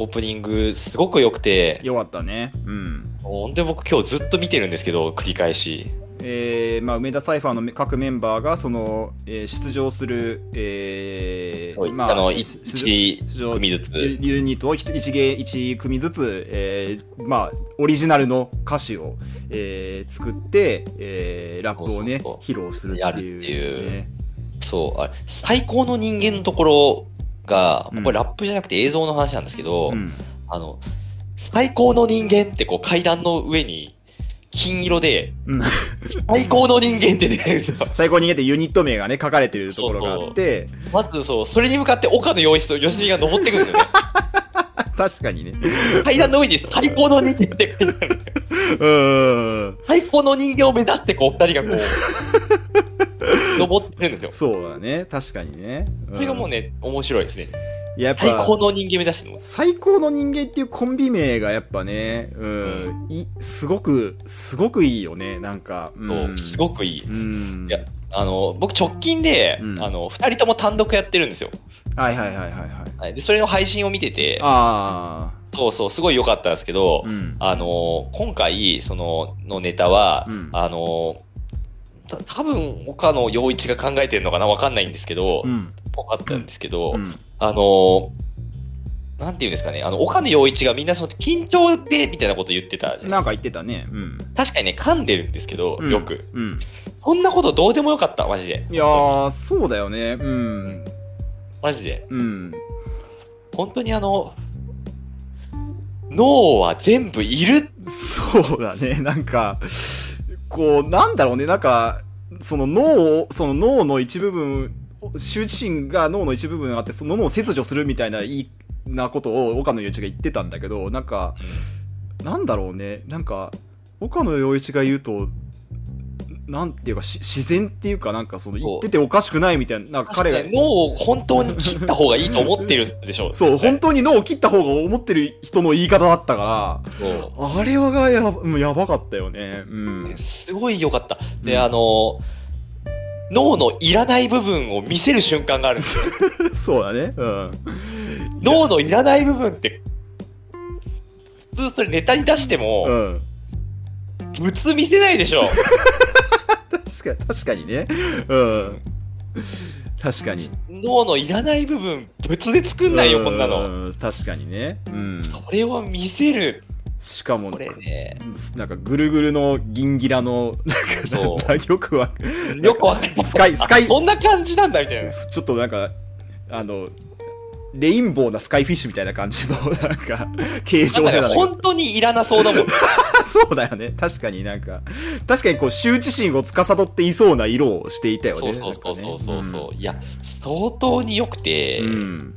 S2: ープニング、すごく良くて、
S1: よかったねうん
S2: ほんで僕今日ずっと見てるんですけど、繰り返し。
S1: えーまあ、梅田サイファーの各メンバーがその、えー出場する、えーま
S2: あの、
S1: 出
S2: 1
S1: 出場
S2: 組ずつ。
S1: ユユニットを 1, ゲー1組ずつ、えーまあ、オリジナルの歌詞を、えー作って、えーラップをね
S2: そうそ
S1: 披
S2: う
S1: 露するっていう,、
S2: やるそう、あれ、最高の人間のところが、
S1: うん
S2: これラップじゃなくて映像の話なんですけ
S1: う
S2: ど、
S1: ん
S2: あの、最高の人間ってこう階段の上に、金色で、
S1: うん
S2: 最高の人間って出てるんですよ。
S1: 最高に言ってユニット名がね書かれてるところがあって
S2: まずそう、それに向かって岡野陽一と吉見が登っていくんですよね。
S1: 確かに ね
S2: 階段の上に最高の人間って書いてある。
S1: うーん
S2: 最高の人間を目指して、こう、二人がこう、登ってるんですよ。
S1: そうだね確かにね、うん
S2: それがもうね、面白いですね。
S1: いややっ
S2: 最高
S1: ぱ
S2: の人間目指してるの。
S1: 最高の人間っていうコンビ名がやっぱね、うんいすごくすごくいいよねなんか、う
S2: そ
S1: ん、
S2: うすごくいい。
S1: うん
S2: いやあの、僕直近で、
S1: うん
S2: あの、二人とも単独やってるんですよ。
S1: はいはいはいはいはい
S2: はい、で、それの配信を見てて、
S1: あ
S2: そうそう、すごい良かったんですけど
S1: あ、うん
S2: あの、今回、その、のネタは、
S1: うん
S2: あの、た多分岡野陽一が考えてるのかなわかんないんですけど、
S1: うん
S2: ぽかったんですけど、
S1: うん
S2: あの、なんていうんですかね、あの、岡野陽一がみんなその緊張で、みたいなこと言ってたじ
S1: ないん
S2: ゃなです
S1: か
S2: か。
S1: 言ってたねうん
S2: 確かにね、噛んでるんですけど、
S1: うん
S2: よく。
S1: うん
S2: そんなことどうでもよかった、マジで。
S1: いやーそうだよねうん
S2: マジで。
S1: うん
S2: 本当にあの、脳は全部いる
S1: そうだね、なんか、こう、なんだろうね、なんか、その脳を、その脳の一部分、羞恥心が脳の一部分あって、その脳を切除するみたいないい、なことを岡野陽一が言ってたんだけど、なんか、なんだろうね、なんか、岡野陽一が言うと、なんていうか、し自然っていうか、なんかその、
S2: そう
S1: 言ってておかしくないみたいな、なんか彼が
S2: 確かに、脳を本当に切った方がいいと思ってるでしょ
S1: そう、本
S2: 本
S1: 当に脳を切った方が思ってる人の言い方だったから、
S2: 当
S1: あれはがやもうやばかったよね。うん。
S2: すごい良かった。で、
S1: うん
S2: あの、脳のいらない部分を見せる瞬間があるんですよ。
S1: そうだね。うん。
S2: 脳のいらない部分って、普通それネタに出して
S1: う
S2: も、
S1: ん。
S2: 普通見せないでしょ。
S1: 確かに、確かにね。うん。確かに。
S2: 脳のいらない部分、物で作んないよ、こんなの。
S1: うん。確かにね。うん。
S2: それを見せる。
S1: しかも、
S2: これね、
S1: なんかぐるぐるの銀ギラの、
S2: そ
S1: よくわか
S2: う。よくわかんない。
S1: スカイ、スカイ、
S2: そんな感じなんだ、みたいな。
S1: ちょっとなんか、あの、レインボーなスカイフィッシュみたいな感じの、 なんか、形
S2: なん
S1: 状
S2: か
S1: じゃ
S2: ね
S1: ない
S2: 本当にいらなそ うだもん。
S1: そうだよね。確かになんか、確かにこう、羞恥心を司っていそうな色をしていたよ
S2: そ
S1: ね。
S2: うそうそうそうそうそ
S1: う。
S2: う、いや相当に良くて、
S1: う
S2: い
S1: ん。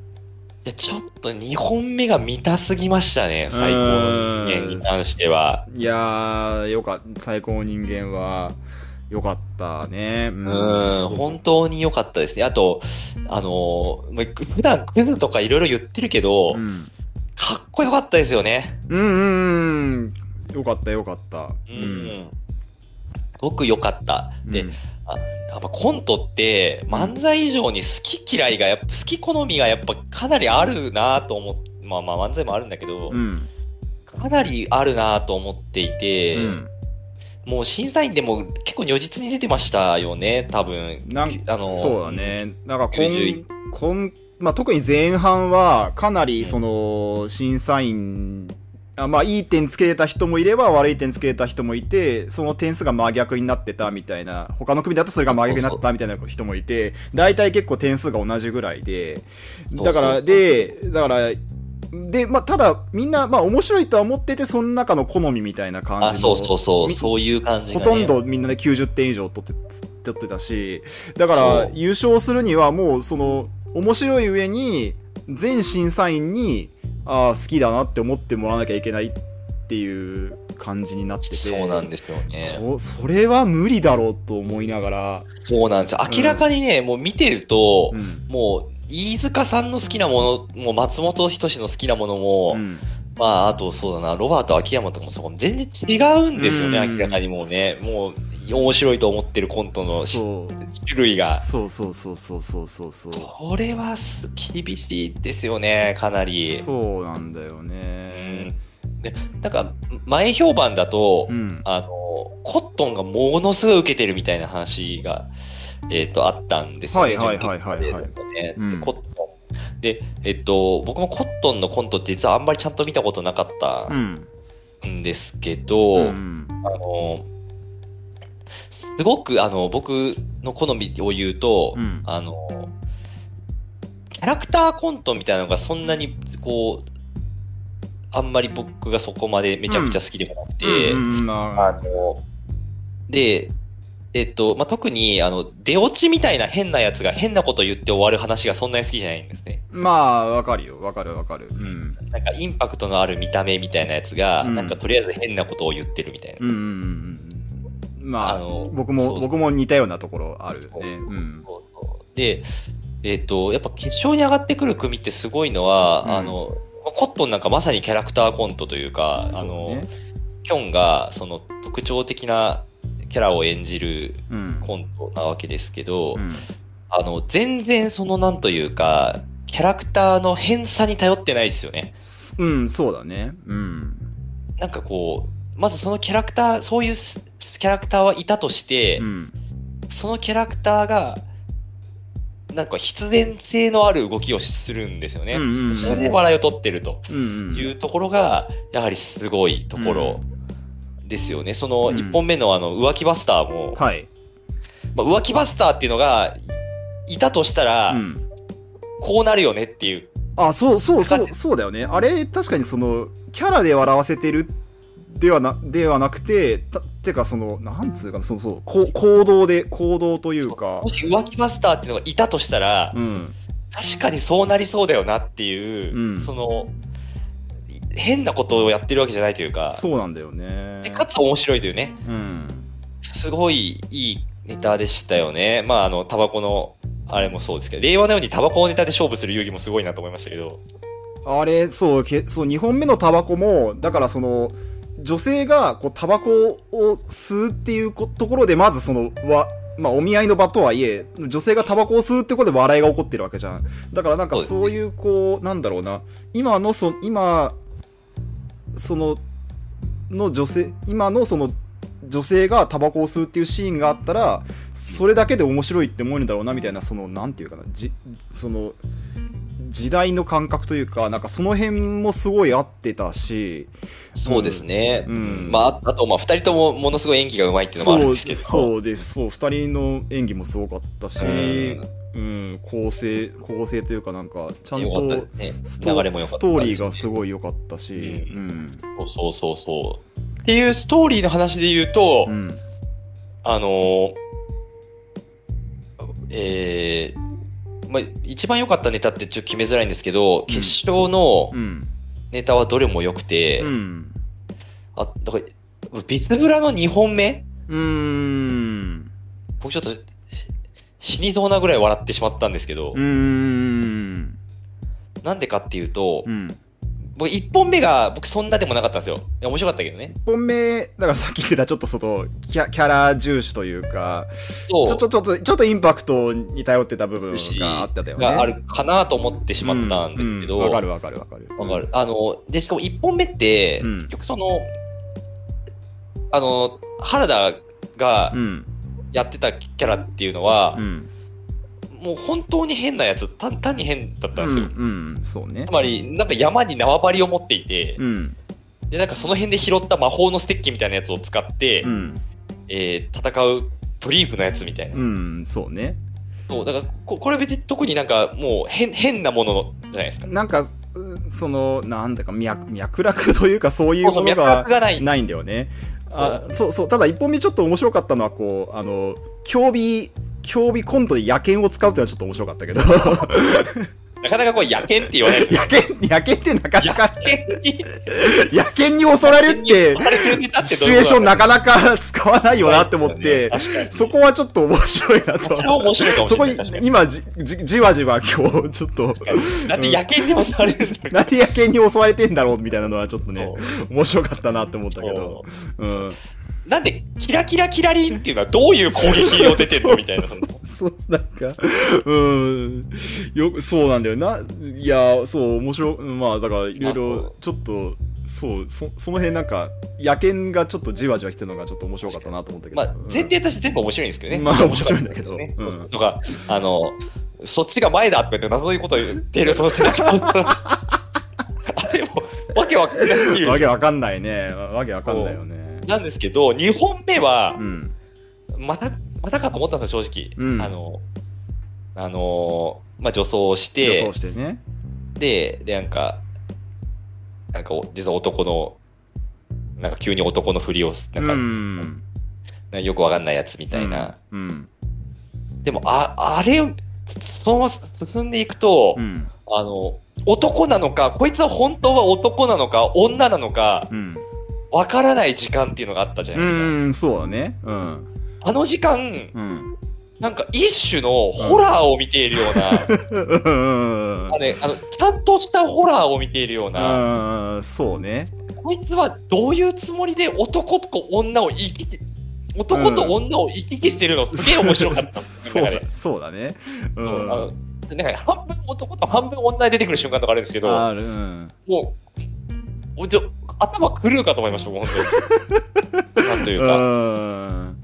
S2: やちょっと2本目が見たすぎましたね最高の人間に関してはい
S1: やー、よかった。最高の人間は、よかったね。う
S2: うんん本当に良かったですねあとあのーまあ普段クズとかいろいろ言ってるけど、
S1: うん
S2: かっこよかったですよね
S1: うんうんうん。よかった、よかった。
S2: うん、すごく良かった、で
S1: うん
S2: あやっぱコントって漫才以上に好き嫌いがやっぱ好き好みがやっぱかなりあるなと思ってまあまあ漫才もあるんだけど、
S1: うん。
S2: かなりあるなと思っていて、
S1: うん
S2: もう審査員でも結構如実に出てましたよね、多分。
S1: なん
S2: あの
S1: そうだ。ね。なんかこん
S2: 91、
S1: こん、まあ、特に前半は、かなり、その、審査員、あまあ、いい点つけれた人もいれば、悪い点つけれた人もいて、その点数が真逆になってたみたいな、他の組だとそれが真逆になったみたいな人もいて、大体結構点数が同じぐらいで、
S2: そう
S1: だから、
S2: そうそう
S1: で、だから、で、まあ、ただ、みんな、まあ、面白いとは思ってて、その中の好みみたいな感じの
S2: あ、そうそうそう、
S1: み
S2: そういう感じが、
S1: ほ
S2: ね。
S1: とんどみんなで90点以上取って取ってたし、だから
S2: そう
S1: 優勝するにはもうその面白い上に全審査員にあー好きだなって思ってもらわなきゃいけないっていう感じになってて、
S2: そうなんですよね。
S1: こそれは無理だろうと思いながら、
S2: そうなんですよ。明らかにね、もう見てると、
S1: うん
S2: もう、飯塚さんの好きなもの、もう松本人志の好きなものも、
S1: うん
S2: まあ、あとそうだな、ロバート秋山とかもそうかも、全然違うんですよね、
S1: うん
S2: 明らかにもうね。もう、面白いと思ってるコントのし
S1: そう
S2: 種類が。
S1: そうそうそうそうそうそうそう
S2: これはす厳しいですよね、かなり。
S1: そうなんだよ
S2: う
S1: ね
S2: ん。でなんか、前評判だと、
S1: うん
S2: あの、コットンがものすごい受けてるみたいな話が、えっ、と、あったんですよね。
S1: はいはいはいはいはい
S2: 準決勝で
S1: うん
S2: ねでコットン。で、えっと、僕もコットンのコントって実はあんまりちゃんと見たことなかっ
S1: うん
S2: たんですけど、
S1: うん
S2: あの、すごく、あの、僕の好みを言うと、
S1: うん
S2: あの、キャラクターコントみたいなのがそんなに、こう、あんまり僕がそこまでめちゃくちゃ好きでもなくて、
S1: うんうんま
S2: あ
S1: あ
S2: の、で、えっと、まあ、特に、あの、出落ちみたいな変なやつが変なこと言って終わる話がそんなに好きじゃないんですね。
S1: まあわかるよわかるわかるうん
S2: なんかインパクトのある見た目みたいなやつが、
S1: うん
S2: なんかとりあえず変なことを言ってるみたいな。
S1: うんうんうんうんまあ
S2: あの
S1: 僕
S2: そうそ
S1: も
S2: う
S1: 僕も似たようなところあるね
S2: そうそう
S1: うん
S2: そうそうで、えっと、やっぱ決勝に上がってくる組ってすごいのは、
S1: うん
S2: あの、まあコットンなんかまさにキャラクターコントというか、あ
S1: そう
S2: の
S1: ね、
S2: キョンがその特徴的なキャラを演じる
S1: うん
S2: コントなわけですけど、
S1: うん
S2: あの、全然そのなんというか、キャラクターの偏差に頼ってないですよね。
S1: すうんそうだねうん
S2: なんかこう、まずそのキャラクター、そういうすキャラクターはいたとして、
S1: うん
S2: そのキャラクターが、なんか必然性のある動きをするんですよね。
S1: うんうんうん
S2: それで笑いを取ってると
S1: うんうん
S2: いうところが、やはりすごいところですよね。その
S1: うん
S2: 1本目のあの浮気バスターも、
S1: はい
S2: まあ、浮気バスターっていうのが、いたとしたら、
S1: うん
S2: こうなるよねっていう
S1: あそうそうそ
S2: かかっ
S1: うそうだよねあれ確かにそのキャラで笑わせてるではなではなくてたてかそのなんつうかなそうそうこう行動で行動というか
S2: もし浮気バスターっていうのがいたとしたら、
S1: うん
S2: 確かにそうなりそうだよなっていう、
S1: うん
S2: そのい変なことをやってるわけじゃないというか
S1: そうなんだよね
S2: でかつ面白いというね
S1: うん
S2: すごいいいネタでしたよねまああのタバコのあれもそうですけど令和のようにタバコのネタで勝負する遊戯もすごいなと思いましたけど
S1: あれ、そう、けそう2本目のタバコも、だからその、女性がこうタバコを吸うっていうこところで、まずその、わまあ、お見合いの場とはいえ、女性がタバコを吸うってことで笑いが起こってるわけじゃん。だからなんか
S2: そうですね
S1: そういう、こう、なんだろうな、今の、そ今、その、の女性、今のその、女性がタバコを吸うっていうシーンがあったら、それだけで面白いって思えるんだろうなみたいな、その、なんていうかな、じその、時代の感覚というか、なんかその辺もすごい合ってたし、
S2: そうですね、
S1: うんうん
S2: まあああとまあ2人ともものすごい演技がうまいっていうのもあるん
S1: そう
S2: ですけど
S1: そうです、そう、二人の演技もすごかったし、うん、構成、構成というか、なんか、ちゃん
S2: よかった
S1: と
S2: ですね
S1: スト
S2: 流れも良かったですね
S1: ストーリーがすごい良かったし、う、
S2: うんそうそうそうっていうストーリーの話で言うと、
S1: うん、
S2: あのーえーまあ、一番良かったネタってちょっと決めづらいんですけど、決勝の
S1: うん、
S2: ネタはどれも良くて、
S1: うん、
S2: あだからビスブラの2本目
S1: うん、
S2: 僕ちょっとし死にそうなぐらい笑ってしまったんですけど、
S1: うん、
S2: なんでかっていうと、
S1: うん。
S2: 僕1本目が僕そんなでもなかったんですよ。いや面白かったけどね。
S1: 一本目、だからさっき言ってたちょっとそのキャキャラ重視というか、
S2: そ
S1: ちょちょちょっと、ちょっとインパクトに頼ってた部分
S2: し
S1: があったよね。
S2: があるかなと思ってしまったんですけど、
S1: ううわかるわかるわかる。
S2: わかる。あの、で、しかも1本目って、
S1: うん
S2: 結局その、あの、原田が
S1: うん
S2: やってたキャラっていうのは
S1: う、ん
S2: もう本当に変なやつ、単単に変だったんですよ。
S1: うんうんそうね
S2: つまり、なんか山に縄張りを持っていて、
S1: うん
S2: で、なんかその辺で拾った魔法のステッキみたいなやつを使って、
S1: うん
S2: えー戦うブリーフのやつみたいな。
S1: うんそうね
S2: そうだからこ、これ別に特になんかもう変変なものじゃないですか。
S1: なんかうんそのなんだか脈脈絡というかそういうもの
S2: 脈
S1: が
S2: 絡がない。
S1: ないんだよねあそうそうただ一本目ちょっと面白かったのはこうあの競技競技コントで野犬を使うっていうのはちょっと面白かったけ ど
S2: なかなかこう野犬って言わないですよ。
S1: 野犬野犬ってなかなか
S2: 野犬に
S1: 野犬に襲られるって
S2: あれくれてたって
S1: シ
S2: ど
S1: チ
S2: う
S1: ュエ
S2: いう
S1: ー
S2: こ
S1: シ
S2: と
S1: ョ
S2: なん
S1: ン
S2: だ
S1: なかなか使わないよなって思って、
S2: 確かに
S1: そこはちょっと面白いなと
S2: それは面白いかもし
S1: そこ
S2: れない。
S1: に
S2: 確かに
S1: 今じじじわじわ今日 ちょっ と
S2: だって野犬に襲われるんだけど
S1: なんで野犬に襲われてんだろうみたいなのはちょっとね
S2: そう
S1: 面白かったなって思ったけど、うん、
S2: なんで、キラキラキラリンっていうのはどういう攻撃を出てるのみたいな。
S1: そ
S2: そ
S1: う
S2: の
S1: そうなんかうんよそうなんだよないやそう面白いまあだからいろいろちょっとそうそその辺なんか野犬がちょっとじわじわ来てるのがちょっと面白かったなと思ったけど、
S2: まあ、前提として全部面白いんですけどね。
S1: まあ面白いんだけど
S2: ね
S1: うん
S2: そうとか、あの、そっちが前だって謎いうことを言ってる、その背中の。あれも、わけわかんない
S1: うんわけわかんないねわけわかんないよね
S2: なんですけど、2本目は
S1: う、ん
S2: また、またかと思ったんですよ、正直。
S1: うん
S2: あの、あの、まあ、女装し
S1: 予
S2: て
S1: 想、してね
S2: で、で、なんか、なんか、実は男の、なんか急に男のふりをす、なんか、
S1: うん
S2: なんかよくわかんないやつみたいな。
S1: うん
S2: でも、あ、あれを、そのまま進んでいくと、
S1: うん
S2: あの、男なのか、こいつは本当は男なのか、女なのか、
S1: うん
S2: わからない時間っていうのがあったじゃ
S1: う
S2: ないですか。
S1: んそうだねうん
S2: あの時間、
S1: うん
S2: なんか一種のホラーを見ているような、
S1: うん
S2: あのねあの、ちゃんとしたホラーを見ているような、
S1: うんそうね
S2: こいつはどういうつもりで男と女を生きて、男と女を行き来してるのすげえ面白かった。
S1: そう
S2: なんかね
S1: だそうだねう
S2: うん
S1: ん
S2: あのなんか半分男と半分女で出てくる瞬間とかあるんですけど、
S1: あるうん
S2: もう、ほんと頭狂うかと思いました、もう本 当に。なんという
S1: う
S2: か。
S1: ん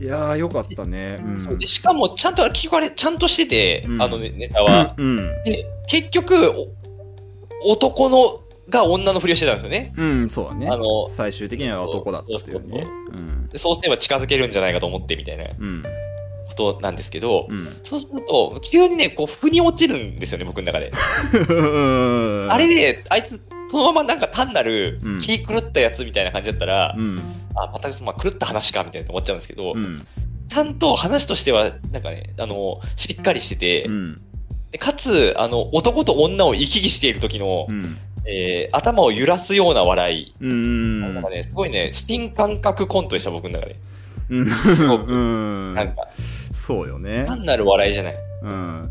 S1: いやーよかったねうん
S2: そうでしかも、ちゃんと、結局あれ、ちゃんとしてて、
S1: うん
S2: あのねネタは。
S1: うん
S2: で、結局、お男のが女のふりをしてたんですよね。
S1: うんそうだね
S2: あの
S1: 最終的には男だったというねうん
S2: でそうすれば近づけるんじゃないかと思ってみたいなこ
S1: うん
S2: となんですけど、
S1: うん
S2: そうすると、急にね、こう、腑に落ちるんですよね、僕の中で。
S1: うん
S2: あれで、あいつ、そのままなんか単なる
S1: うん、
S2: 気狂ったやつみたいな感じだったら、
S1: うん
S2: あ、またその、まあ、狂った話か、みたいな思っちゃうんですけど、
S1: うん
S2: ちゃんと話としては、なんかね、あの、しっかりしてて、
S1: うん
S2: でかつ、あの、男と女を行き来している時の、
S1: うん
S2: えー頭を揺らすような笑い。
S1: うん
S2: なんかね、すごいね、新感覚コントでした、僕の中で。
S1: うん
S2: すごく
S1: うん
S2: なんか、
S1: そうよね
S2: 単なる笑いじゃない。
S1: うん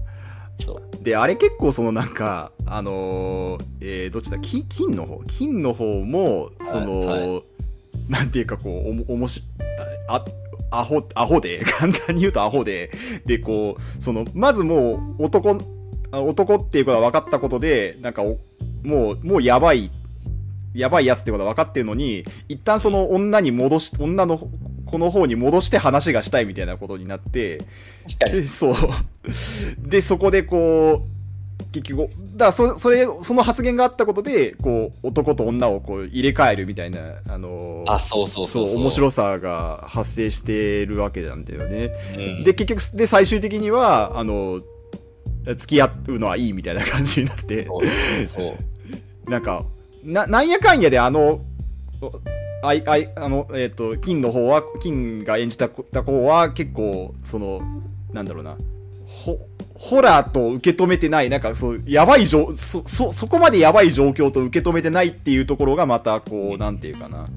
S2: そう。
S1: であれ結構そのなんかあのーえーどっちだ金金の方金の方もその、
S2: はいは
S1: なんていうかこうおもおもしああアホアホで 簡単に言うとアホででこうそのまずもう男あ男っていうことが分かったことでなんかおもうもうやばいやばいやつってことは分かってるのに一旦その女に戻し女のこの方に戻して話がしたいみたいなことになって
S2: 確かに。
S1: でそう。で、そこでこう、結局、だからそ、それ、その発言があったことで、こう、男と女をこう入れ替えるみたいな、あのー
S2: あ、そうそうそう
S1: 面白さが発生してるわけなんだよね。
S2: うん
S1: で、結局、で、最終的には、あの、付き合うのはいいみたいな感じになって、
S2: そうそう
S1: なんか、な、なんやかんやで、あの、あい、あい、あの、えっ、と、金の方は、金が演じた子た方は、結構、その、なんだろうな、ほ、ホラーと受け止めてない、なんか、そう、やばい状、そ、そ、そこまでやばい状況と受け止めてないっていうところが、また、こう、なんていうかな、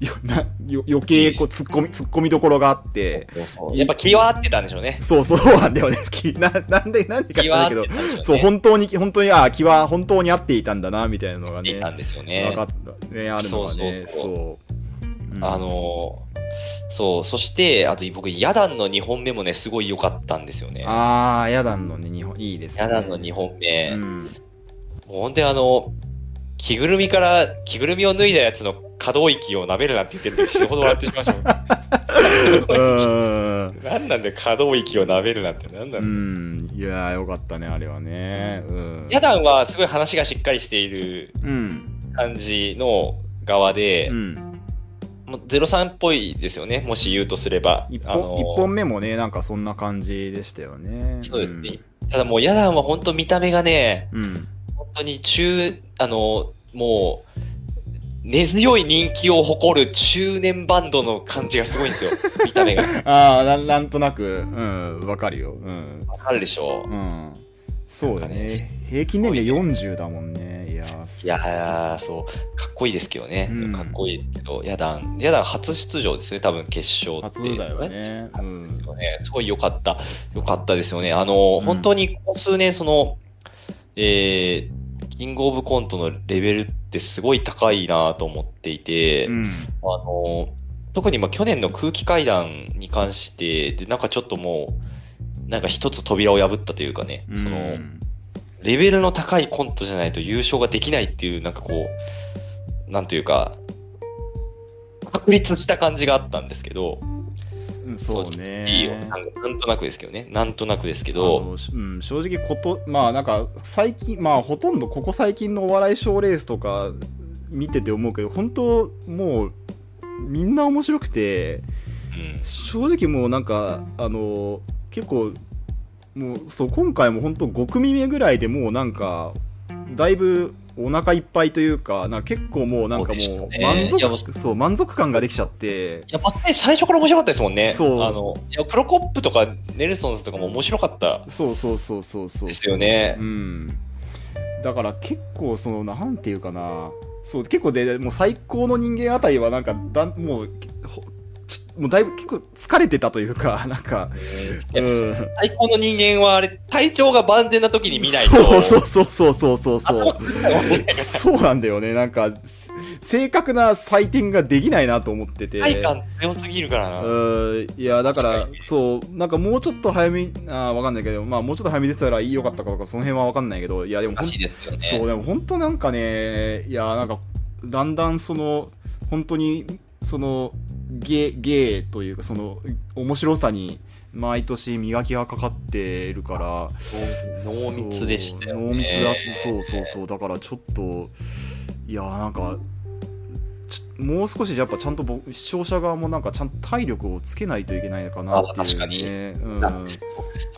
S1: よなよ余計、こう、突っ込み、突っ込みどころがあって、
S2: そうそうやっぱ気は合ってたんでしょうね。
S1: そうそうなんだよね、好 き。な、なんで、なんでか知
S2: 気
S1: ら
S2: は
S1: な
S2: 合
S1: い
S2: っ
S1: けど
S2: て、たんでしょうね。
S1: そう、本当に、本当に、ああ、気は本当に合っていたんだな、みたいなのが
S2: 合って
S1: ね
S2: た。んですよ
S1: 分
S2: ね
S1: か。ったねあるのがね
S2: そうそうそう
S1: そううん
S2: あのーそう、そして、あと僕、ヤダンの2本目もね、すごい良かったんですよね。
S1: あーヤダンのね日本いいですね
S2: ヤダンの2本目、
S1: う
S2: もうん本当にあの、着ぐるみから、着ぐるみを脱いだやつの可動域をなめるなって言ってる時死ぬほど笑ってしまいました
S1: う
S2: もん
S1: ん
S2: 何なんで可動域をなめるなって何なんだ
S1: うんいやーよかったねあれはねうん
S2: ヤダンはすごい話がしっかりしている
S1: うん
S2: 感じの側で
S1: う、ん
S2: もう03っぽいですよね、もし言うとすれば。
S1: 一
S2: あの
S1: 本一本目もねなんかそんな感じでしたよね
S2: そうですね。ただもうヤダンは本当見た目がね、
S1: うんうん
S2: 本当に中、あの、もう、根強い人気を誇る中年バンドの感じがすごい んですよ、見た目が。
S1: ああなんなんとなくうんわかるようん、
S2: わかるでしょ
S1: うん、そうだね
S2: なんかね
S1: 平均年齢40だもんねいやーす
S2: いやー、そう、かっこいいですけどね。
S1: うん
S2: かっこいいですけど、ヤダン、ヤダン初出場ですね、多分決勝って。
S1: 初だよねうん
S2: ね、すごい良かった、良かったですよね。あの、
S1: うん
S2: 本当にここ数年、その、えー、キングオブコントのレベルってすごい高いなと思っていて、
S1: うん
S2: あの、特にまあ去年の空気階段に関して、で、なんかちょっともう、なんか一つ扉を破ったというかね、その、
S1: うん
S2: レベルの高いコントじゃないと優勝ができないっていう、なんかこう、なんというか、確立した感じがあったんですけど、
S1: うんそうね
S2: いいよ。なんかなんとなくですけどね。なんとなくですけ
S1: あ
S2: ど、
S1: のしうん、正直ことまあなんか最近まあほとんどここ最近のお笑い賞ーレースとか見てて思うけど本当もうみんな面白くて
S2: うん
S1: 正直もうなんかあの結構もうそう今回も本当5組目ぐらいでもうなんかだいぶお腹いっぱいというかなんか結構もうなんかも
S2: そう
S1: う
S2: でしたね
S1: 満足
S2: いやもう
S1: そう満足感ができちゃって
S2: いや、まあ、最初から面白かったですもんね。
S1: そう
S2: あの、いや、クロコップとかネルソンズとかも面白かった
S1: そうそうそうそうそう
S2: ですよね
S1: う。ん、だから結構そのなんていうかなそう結構でもう最高の人間あたりはなんかだもうほちょもうだいぶ結構疲れてたというか なんか、
S2: いや
S1: うん、
S2: 最高の人間は、あれ、体調が万全な時に見ないと。
S1: そうそうそうそうそうそうそう
S2: う。
S1: そうなんだよねなんかす正確な採点ができないなと思ってて
S2: 体感強すぎるからな。
S1: うんいやだから
S2: 確か
S1: そうなんかもうちょっと早めにあーわかんないけどまあもうちょっと早めに出てたらいいよかったかとかその辺はわかんないけどいやでも
S2: ら
S1: 本当
S2: しいですよね。
S1: そうでも本当なんかねいやなんかだんだんその本当にその芸芸というかその面白さに毎年磨きがかかってるから
S2: 濃密でしたよね。
S1: そう濃密だそうそうそうだからちょっといやなんかちょもう少しやっぱちゃんとぼ視聴者側もなんかちゃんと体力をつけないといけないのかなっていう、ね、
S2: 確かやっ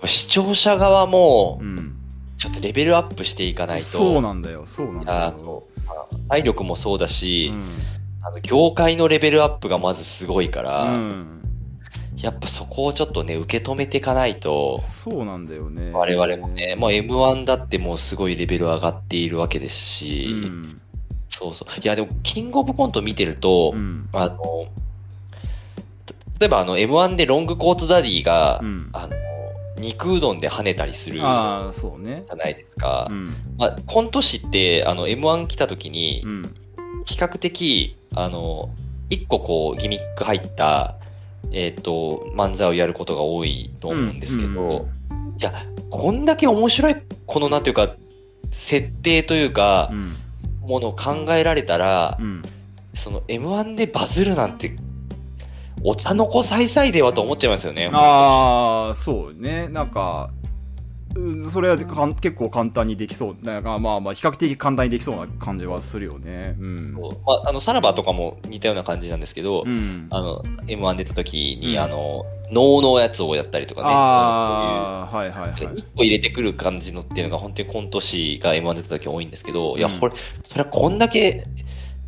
S2: ぱ視聴者側も
S1: うん、う、ん、
S2: ちょっとレベルアップしていかないと。
S1: そうなんだよそうなんだ
S2: いやー
S1: よ、
S2: 体力もそうだし、
S1: うん
S2: あの業界のレベルアップがまずすごいから、
S1: うん、
S2: やっぱそこをちょっとね受け止めていかないと
S1: そうなんだよね。
S2: 我々もね、もう m 1だってもうすごいレベル上がっているわけです
S1: う
S2: し、
S1: ん、
S2: そうそういやでもキングオブコント見てると、
S1: うん、
S2: あのた例えばあの m 1でロングコートダディが、
S1: うん
S2: あの肉うどんで跳ねたりするじゃ
S1: ああ、そうね。
S2: ないですか、
S1: うん、
S2: まあ、コント師ってあの m 1来た時に、
S1: うん、
S2: 比較的あの一個こうギミック入った、えー、と漫才をやることが多いと思うんですけど、いやこんだけ面白いこのなんていうか設定というか
S1: う、ん、
S2: ものを考えられたら、
S1: うん、
S2: その m 1でバズるなんてお茶の子さいさいではと思っちゃいますよね。
S1: ああ、そうね。なんか、うんそれはかん結構簡単にできそう。なんかまあまあ、比較的簡単にできそうな感じはするよね。うん。
S2: まあ、あのさらばとかも似たような感じなんですけど、
S1: うん、
S2: あの m 1出た時
S1: う
S2: に、
S1: ん
S2: あの能のやつをやったりとかねそういう
S1: ああ、はいはいはい。
S2: 1個入れてくる感じのっていうのが本当にコント師が M1 出た時多いんですけど、いや、
S1: うん
S2: これ、それはこんだけ、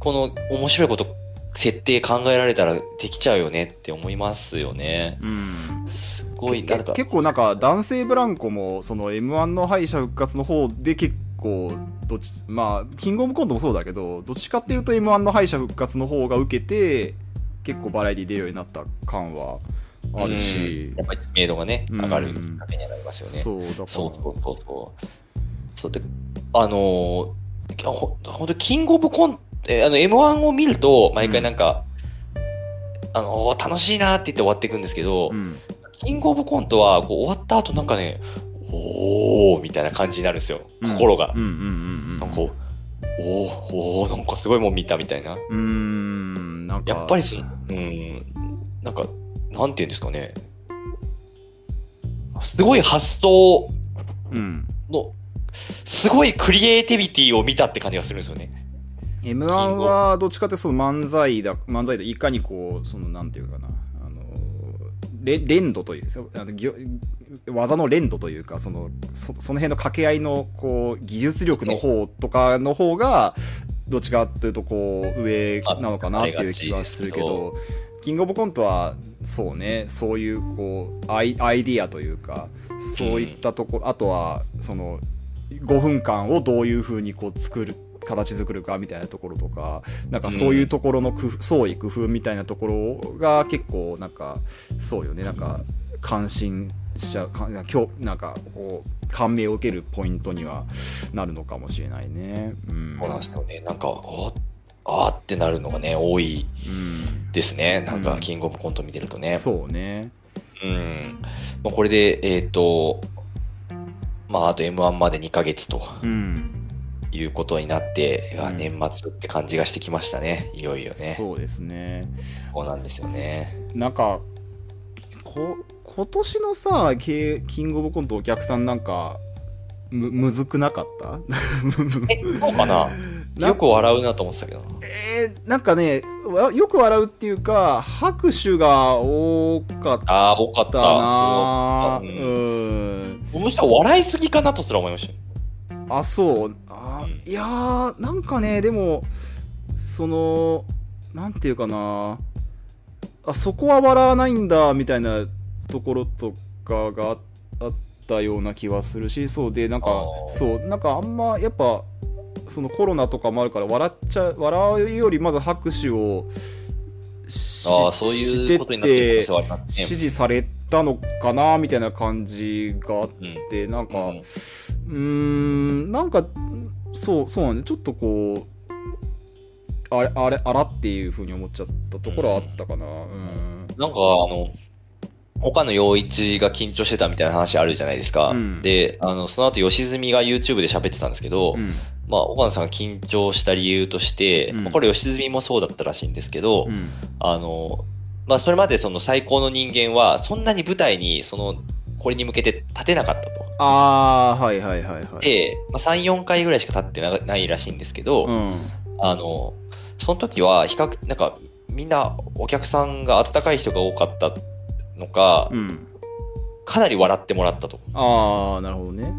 S2: この面白いこと、設定考えられたらできちゃうよねって思いますよね。
S1: うん、
S2: すごい、
S1: け
S2: なんか。
S1: 結構なんか男性ブランコもその m 1の敗者復活の方で結構どっちまあキングオブコントもそうだけどどっちかっていうと m 1の敗者復活の方が受けて結構バラエティ出るようになった感はあるし
S2: うん、やっぱり知名度がね、
S1: うん
S2: 上がるきっかけにはなりますよね。
S1: そうだから
S2: そうそうそうそう。そうで、あのー、ほほんと、キングオブコンえーあの、M1 を見ると、毎回なんか、あのー楽しいなって言って終わっていくんですけど、
S1: うん
S2: キングオブコントはこう終わった後なんかね、おーみたいな感じになるんですよ、
S1: うん
S2: 心が
S1: う。んうんうんうん
S2: なんかこう、おーおーなんかすごいもん見たみたいな
S1: うーんなんか
S2: やっぱりそうんなんかなんていうんですかねすごい発想
S1: うん
S2: のすごいクリエイティビティを見たって感じがするんですよね
S1: M1 はどっちかってその漫才だ漫才といかにこうそのなんていうかなあのれ連度というあのぎょ技の連度というかそのそその辺の掛け合いのこう技術力の方とかの方がどっちかというとこう上なのかなっていう気はするけどキングオブコントはそうねそういうこうアイアイディアというかそういったところ、あとはその5分間をどういうふうにこう作る形作るかみたいなところとかなんかそういうところの工夫、創意工夫みたいなところが結構なんかそうよねなんか感心しちゃうか今日なんかこう感銘を受けるポイントにはなるのかもしれないね。うん、
S2: そうなんですよねなんかああーってなるのがね多い
S1: うん
S2: ですねなん
S1: う
S2: か
S1: ん
S2: キングオブコント見てるとね
S1: そうね。
S2: うん、まあ、これでえっ、とまああと m 1まで2ヶ月と
S1: うん、
S2: いうことになって、いや
S1: うん
S2: 年末って感じがしてきましたねいよいよねそう
S1: そうですね。
S2: なんですよね
S1: なんかこ今年のさキキングオブコントお客さんなんかむむずくなかった
S2: えそうかな
S1: な
S2: よく笑うなと思ってたけど
S1: えーなんかねわよく笑うっていうか拍手が多かった
S2: ああ多かった
S1: な
S2: そううんうんむしろ笑いすぎかなとすら思いましたよ
S1: あそうあーいやーなんかねでもそのなんていうかなあそこは笑わないんだみたいなところとかがああったような気はするしそうでなん
S2: あ
S1: か
S2: ー
S1: そうなんかあんまやっぱそのコロナとかもあるから笑っちゃ笑うよりまず拍手をし
S2: ああそういうことになってる可能性はありますね
S1: 支持されたのかなみたいな感じがあっ
S2: うん
S1: てなんか、
S2: うん
S1: うーんなんかそうそうなんでちょっとこうあれあれあらっていうふうに思っちゃったところはあったかなうん
S2: なんか、あの、岡野陽一が緊張してたみたいな話あるじゃないですか。
S1: うん
S2: で、あの、その後、吉住が YouTube で喋ってたんですけど、
S1: うん
S2: まあ、岡野さんが緊張した理由として、
S1: うん
S2: まあこれ吉住もそうだったらしいんですけど、
S1: うん
S2: あの、まあ、それまでその最高の人間は、そんなに舞台に、その、これに向けて立てなかったと。
S1: ああはいはいはいはい
S2: で、まあ、3、4回ぐらいしか立ってなないらしいんですけど、
S1: うん
S2: あの、その時は比較、なんか、みんなお客さんが温かい人が多かったのか、
S1: うん
S2: かなり笑ってもらったと。
S1: ああなるほどね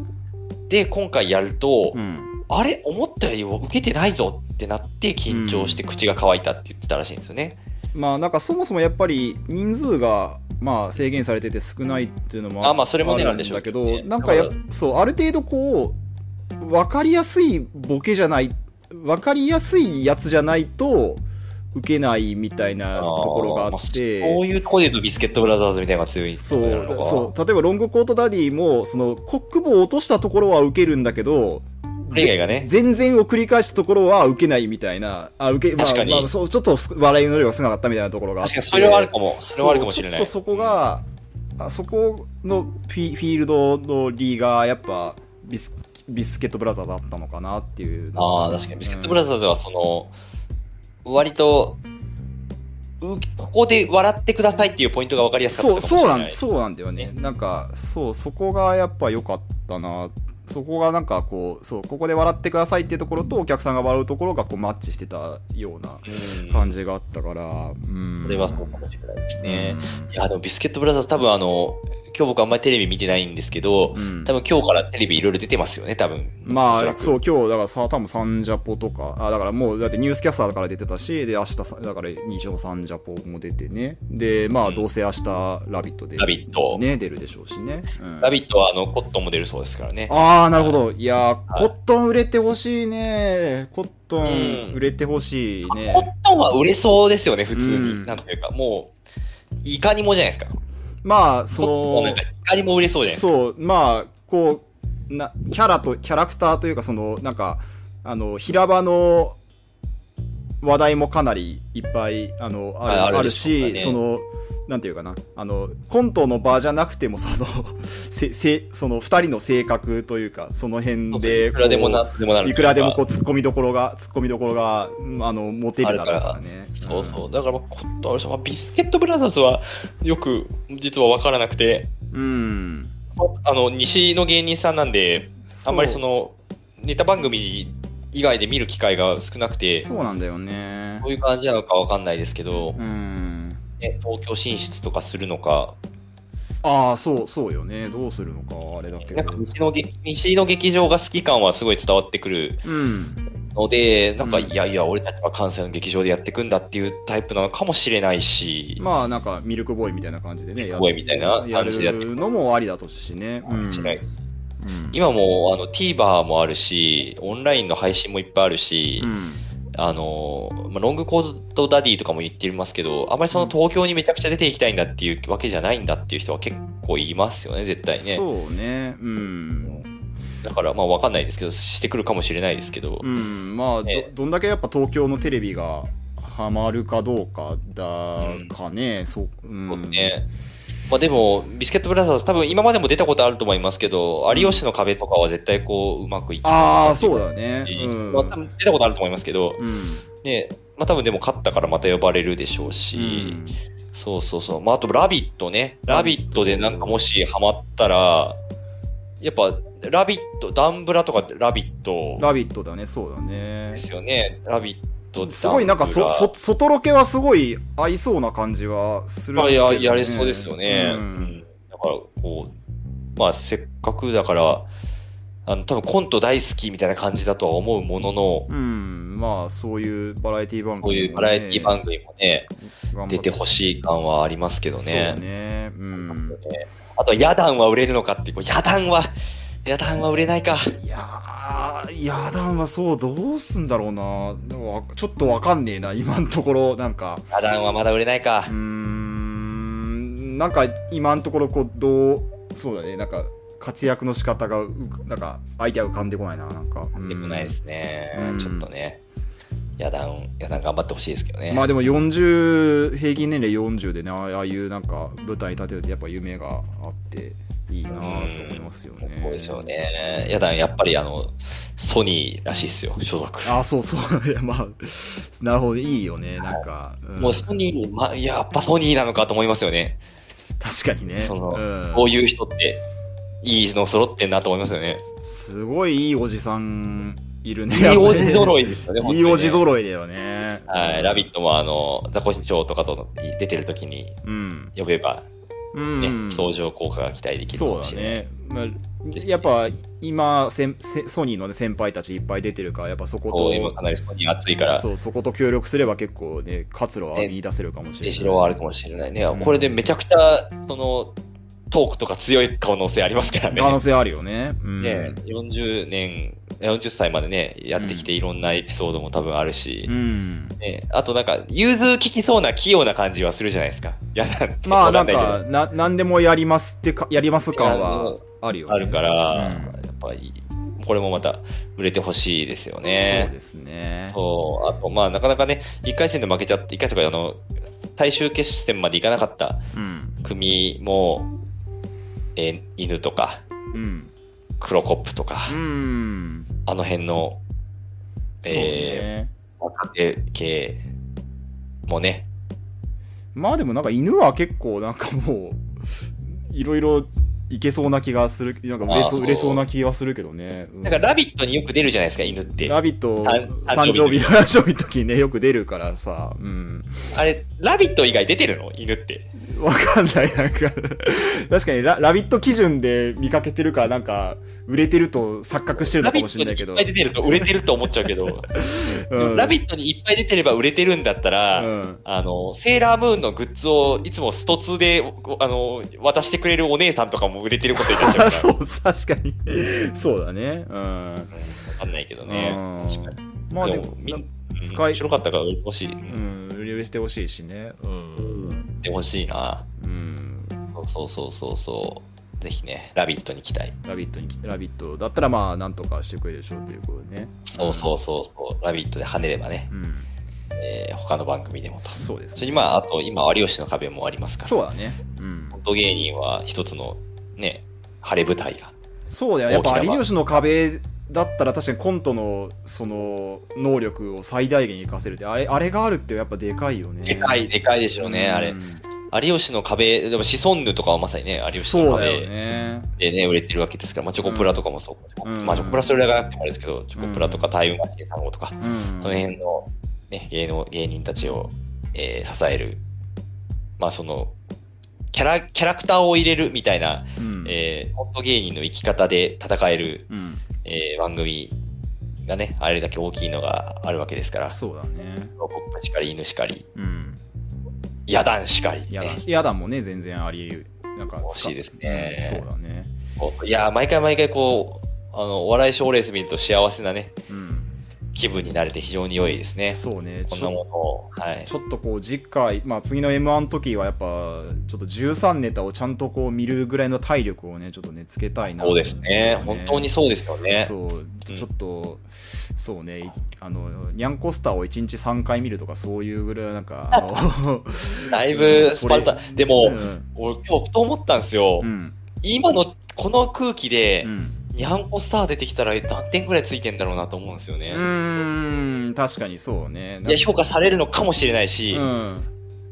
S2: で、今回やると、
S1: うん
S2: あれ思ったより受けてないぞってなって緊張して口が乾いたって言ってたらしいんですよね。
S1: まあなんかそもそもやっぱり人数がまあ制限されてて少ないっていうのも
S2: あまあそれもね
S1: あ
S2: な
S1: る
S2: ん
S1: ん
S2: でしょ
S1: だ
S2: う
S1: け
S2: けど
S1: ど
S2: ね
S1: なんかや
S2: だか
S1: そうある程度こう分かりやすいボケじゃない分かりやすいやつじゃないと受けないみたいなところがあ
S2: ーま
S1: って、
S2: そういうところで言うとビスケットブラザーズみたいなのが強い
S1: そ
S2: ところなの
S1: う
S2: か
S1: そう例えばロングコートダディもそのコック帽を落としたところは受けるんだけど
S2: それ以外がね。
S1: 全然を繰り返したところは受けないみたいなあ受け、まあ
S2: 確かに
S1: まあそうちょっと笑いの量が少なかったみたいなところがあっ
S2: 確
S1: て
S2: かにそれはあるかも。それはあるかもしれない。
S1: そうちょっとそこが、あそこのフィフィールドのリーがやっぱビスビスケットブラザーだったのかなっていうのが
S2: ああ、確かに。ビスケットブラザーズはその、割と、うここで笑ってくださいっていうポイントが分かりやすかった
S1: そ
S2: か
S1: う
S2: もしれ
S1: そうないんそ
S2: な。
S1: うなんだよね
S2: ね
S1: なんかそうそこがやっぱ良かったなそこがなんかこうそうここで笑ってくださいっていうところとお客さんが笑うところがこうマッチしてたような
S2: うん
S1: 感じがあったから、うん、
S2: これはそうかもしれないですね。
S1: うん
S2: いや、でもビスケットブラザーズ多分あの、今日僕あんまりテレビ見てないんですけど、
S1: うん
S2: 多分今日からテレビいろいろ出てますよね、多分。
S1: ま
S2: おそ
S1: あ
S2: ら、く
S1: そう、今日、だからさ、多分サンジャポとか、あだからもう、だってニュースキャスターだから出てたし、で、明日さ、だから日曜サンジャポも出てね。で、まあ、
S2: うん
S1: どうせ明日、ラビットで、
S2: ラビット
S1: ね、出るでしょうしね。うん
S2: ラビットはあの、コットンも出るそうですからね。
S1: ああ、なるほど。いやー、コットン売れてほしいね。コット
S2: う
S1: ン
S2: ん
S1: 売れてほしい
S2: コッ
S1: ね。
S2: トンは売れそうですよね、普通に。
S1: うん
S2: なんというか、もう、いかにもじゃないですか。
S1: まあ、
S2: コット
S1: そ
S2: ンなん
S1: の
S2: か、い、かにも売れそうじゃないですか。
S1: そう、まあ、こう、なキャラと、キャラクターというか、その、なんか、あの、平場の、話題もかなりいっぱいあのある
S2: あ
S1: あ
S2: ある
S1: る
S2: でしょう
S1: し、
S2: ね
S1: そのなんていうかなあのコントの場じゃなくてもその せせその2人の性格というかその辺で
S2: いくらでもな
S1: こ
S2: んでもな
S1: う
S2: る
S1: いくらでもこう
S2: う
S1: 突っ込みどころが突っ込みどころがうんあの持てるだろうからね。
S2: そうそううだからまあこあれでしょまあビスケットブラザーズはよく実は分からなくて
S1: うん。
S2: あの西の芸人さんなんであんまりそのネタ番組以外で見る機会が少なくて
S1: そう
S2: ど
S1: そうなんだよね。
S2: ういう感じなのか分かんないですけど、
S1: うん。
S2: ね東京進出とかするのか
S1: ああそうそうよねどうするのかあれだけ
S2: なんか
S1: ど。
S2: 西の劇西の劇場が好き感はすごい伝わってくる
S1: うん。
S2: のでなんか、
S1: うん
S2: いやいや俺たちは関西の劇場でやっていくんだっていうタイプなのかもしれないし、
S1: まあなんかミルクボーイみたいな感じでね、や
S2: クボーイみたいな
S1: や
S2: 感じでやって
S1: るのもありだとしね。うん
S2: しない
S1: うん
S2: 今もうあの TVer もあるしオンラインの配信もいっぱいあるし、
S1: うん
S2: あのまあ、ロングコートダディとかも言ってますけどあまりその東京にめちゃくちゃ出ていきたいんだっていうわけじゃないんだっていう人は結構いますよね絶対ね
S1: そうね。うん。
S2: だからまあ分かんないですけどしてくるかもしれないですけど、
S1: うん、まあど
S2: ね
S1: どんだけやっぱ東京のテレビがハマるかどうかだかね。そう。うん
S2: そうですね。まあ、でも、ビスケットブラザーズ、多分今までも出たことあると思いますけど、有吉の壁とかは絶対こう、うまくいき
S1: ああそう
S2: だ
S1: だね。うん。
S2: まあ、多分出たことあると思いますけど、
S1: うん
S2: ね、まあ多分でも勝ったからまた呼ばれるでしょう
S1: う
S2: し、
S1: ん
S2: そうそうそう、まああと、ラビットね、ラビットでなんかもしハマったら、やっぱ、ラビット、ダンブラとかラビット
S1: ラビットだねそうだね
S2: で。すよね、ラビット、
S1: すごいなんか
S2: ダン
S1: そ
S2: ブラ
S1: そ外ロケはすごい合いそうな感じはする
S2: まあ、
S1: け
S2: や
S1: どね
S2: やれそうですよね。
S1: う
S2: うんんだからこう、まあ、せっかくだからあの多分コント大好きみたいな感じだとは思うものの、
S1: うん、まあそういうバラエティ番組
S2: こういうバラエティ番組もね、
S1: 組
S2: 出てほしい感はありますけどね。
S1: そうね。うん。
S2: あと、ヤダンは売れるのかって、こうヤダンは、ヤダンは売れないか。
S1: いやー、ヤダンはそう、どうすんだろうな。でもわちょっとわかんねえな、今のところ、なんか。
S2: ヤダンはまだ売れないか
S1: うー。ん、なんか今のところ、こう、どう、そうだね、なんか活躍の仕方がう、なんか、アイデア浮かんでこないな、なんか。うん
S2: でもないですね
S1: う。ん
S2: ちょっとね。ヤダン、ヤダン頑張ってほしいですけどね。
S1: まあでも40平均年齢40でねああいうなんか舞台に立てるってやっぱ夢があっていいなと思いますよね。
S2: そうですよね。ヤダン、やっぱりあの、ソニーらしいですよ、所属。
S1: あそうそういやまあ なるほどいいよねなんか、うん
S2: もうソニー、ま、いややっぱソニーなのかと思いますよね。
S1: 確かにね
S2: その
S1: うん
S2: こういう人って、いいの揃ってんなと思いますよね。
S1: すごいいいおじさんいるね
S2: いいおじ
S1: い
S2: 揃いですよね、本
S1: い
S2: 当にね
S1: いおじ揃いだよね。
S2: はい、ラビットもあの、ザコシショウとかと出てる時に
S1: うん。
S2: 呼べば、
S1: うん。
S2: ね、相乗効果が期待できるか
S1: そう
S2: も
S1: だ
S2: しれない。
S1: ね。まあ、やっぱ今せんせソニーの、ね、先輩たちいっぱい出てるからやっぱそこ
S2: こう今
S1: と
S2: かなりソニー熱いから、
S1: そうそこと協力すれば結構ね活路は見出せるかもしれ
S2: 出
S1: ない。
S2: しろはあるかもしれないね。
S1: うん
S2: これでめちゃくちゃ、その、トークとか強い可能性ありますからね。
S1: 可能性あるよね。うん、
S2: ね、40年、40歳までね、やってきていろんなエピソードも多分あるし、
S1: うん、
S2: ね、あとなんか、融通聞きそうな器用な感じはするじゃないですか。やだって
S1: まあ
S2: わ
S1: なん
S2: んないけど
S1: かな何でもやりますってかやります感はあるよね。
S2: あるから、
S1: うん
S2: やっぱり、これもまた売れてほしいですよ
S1: そう
S2: ね。
S1: ですね。
S2: そうあと、まあ、なかなかね、1回戦で負けちゃって、1回とか、あの、最終決戦までいかなかった
S1: うん
S2: 組も、えー犬とか、
S1: うん
S2: クロコップとか、
S1: うん。
S2: あの辺の、
S1: そうね。
S2: 若手系もね、
S1: まあでもなんか犬は結構なんかもういろいろいけそうな気がするなんか売れ
S2: ああそ
S1: そうう売れそうな気はするけどね。う
S2: なんか、ラビットによく出るじゃないですか、犬って。
S1: ラビット
S2: 誕
S1: 誕生日誕生日の時にねよく出るからさ。うん。
S2: あれ、ラビット以外出てるの犬って。
S1: わかんない、なんか。確かにラ、ラビット基準で見かけてるから、なんか、売れてると錯覚してるの
S2: ラ
S1: か
S2: ビ
S1: もしれない
S2: ッ
S1: け
S2: ト
S1: ど。
S2: にいっぱい出てると売れてると思っちゃう けど、でもラビットにいっぱい出てれば売れてるんだったら、
S1: うん
S2: あの、セーラームーンのグッズをいつもスト2で、あの、渡してくれるお姉さんとかも売れてることになっちゃう
S1: あ
S2: から、
S1: そ
S2: わ
S1: う、確かに。そうだね。うん。
S2: かんないけどね。確かに
S1: うんまあでも、
S2: みん
S1: 使い
S2: 面白かったから売れてほしい。
S1: うん、売り売りしてほしいしね。うん。
S2: 売ってほしいな。
S1: うん。
S2: そうそうそうそう。ぜひね、ラビットに期待。
S1: ラビットに来て、ラビットだったら、まあ、なんとかしてくれるでしょうということでね。
S2: そうそうそうそう、ラビットで跳ねればね、
S1: うん。
S2: ええー他の番組でもと。
S1: そうです
S2: それにまあ、あと今、有吉の壁もありますから、
S1: そうだねうん
S2: 音芸人は一つのね、晴れ舞台が。
S1: そうだよやっぱ
S2: 大きな
S1: 有
S2: 場
S1: 吉の壁だったら確かにコントのその能力を最大限活かせるってあれあれがあるってやっぱでかいよね
S2: でかい、でかいでしょうね、あれ
S1: う。ん
S2: 有吉の壁、でもシソンヌとかはまさにね、有吉
S1: そ
S2: の
S1: うだ
S2: 壁
S1: よね
S2: でね、売れてるわけですから、まあ、チョコプラとかもそう。
S1: うん
S2: まあ、チョコプラそれがなくてもあれですけど、チョコプラとかタイムマシーンさん号とか、
S1: うん
S2: この辺の、ね、芸能芸人たちを、えー支える、まあそのキャラ、キャラクターを入れるみたいな、
S1: うん
S2: えー、コント芸人の生き方で戦える、
S1: うん
S2: えー番組がね、あれだけ大きいのがあるわけですから、
S1: そうだね
S2: ポップしかり、犬しかり、
S1: うん
S2: 野団しかり、
S1: やだ
S2: ね
S1: やだもね全然ありなんか
S2: 欲しいですね
S1: うんそうだね
S2: こういやー、毎回毎回こう、あのお笑い賞ーレース見ると幸せなね、
S1: うん
S2: 気分になれて非常に良いですね。
S1: そうね
S2: こん
S1: ち
S2: なも
S1: ょ
S2: のを、はい
S1: ち。ょっとこう次回まあ次の M1 の時はやっぱちょっと13ネタをちゃんとこう見るぐらいの体力をねちょっとねつけたいな
S2: そうですね。
S1: そう
S2: 本当にそうですよね。
S1: そう
S2: うん
S1: ちょっと、そうねいあのにゃんこスターを1日3回見るとかそういうぐらいなんかあの
S2: だいぶスパルタ
S1: これ
S2: で
S1: う
S2: も
S1: ん
S2: 俺今日ふと思ったんですよ、
S1: うん
S2: 今のこの空気で、
S1: うん
S2: にゃんこスター出てきたら何点ぐらいついてんだろうなと思うんですよ
S1: う
S2: ね、
S1: ーん確かにそうねなん
S2: い
S1: か
S2: や評価されるのかもしれないし、
S1: うん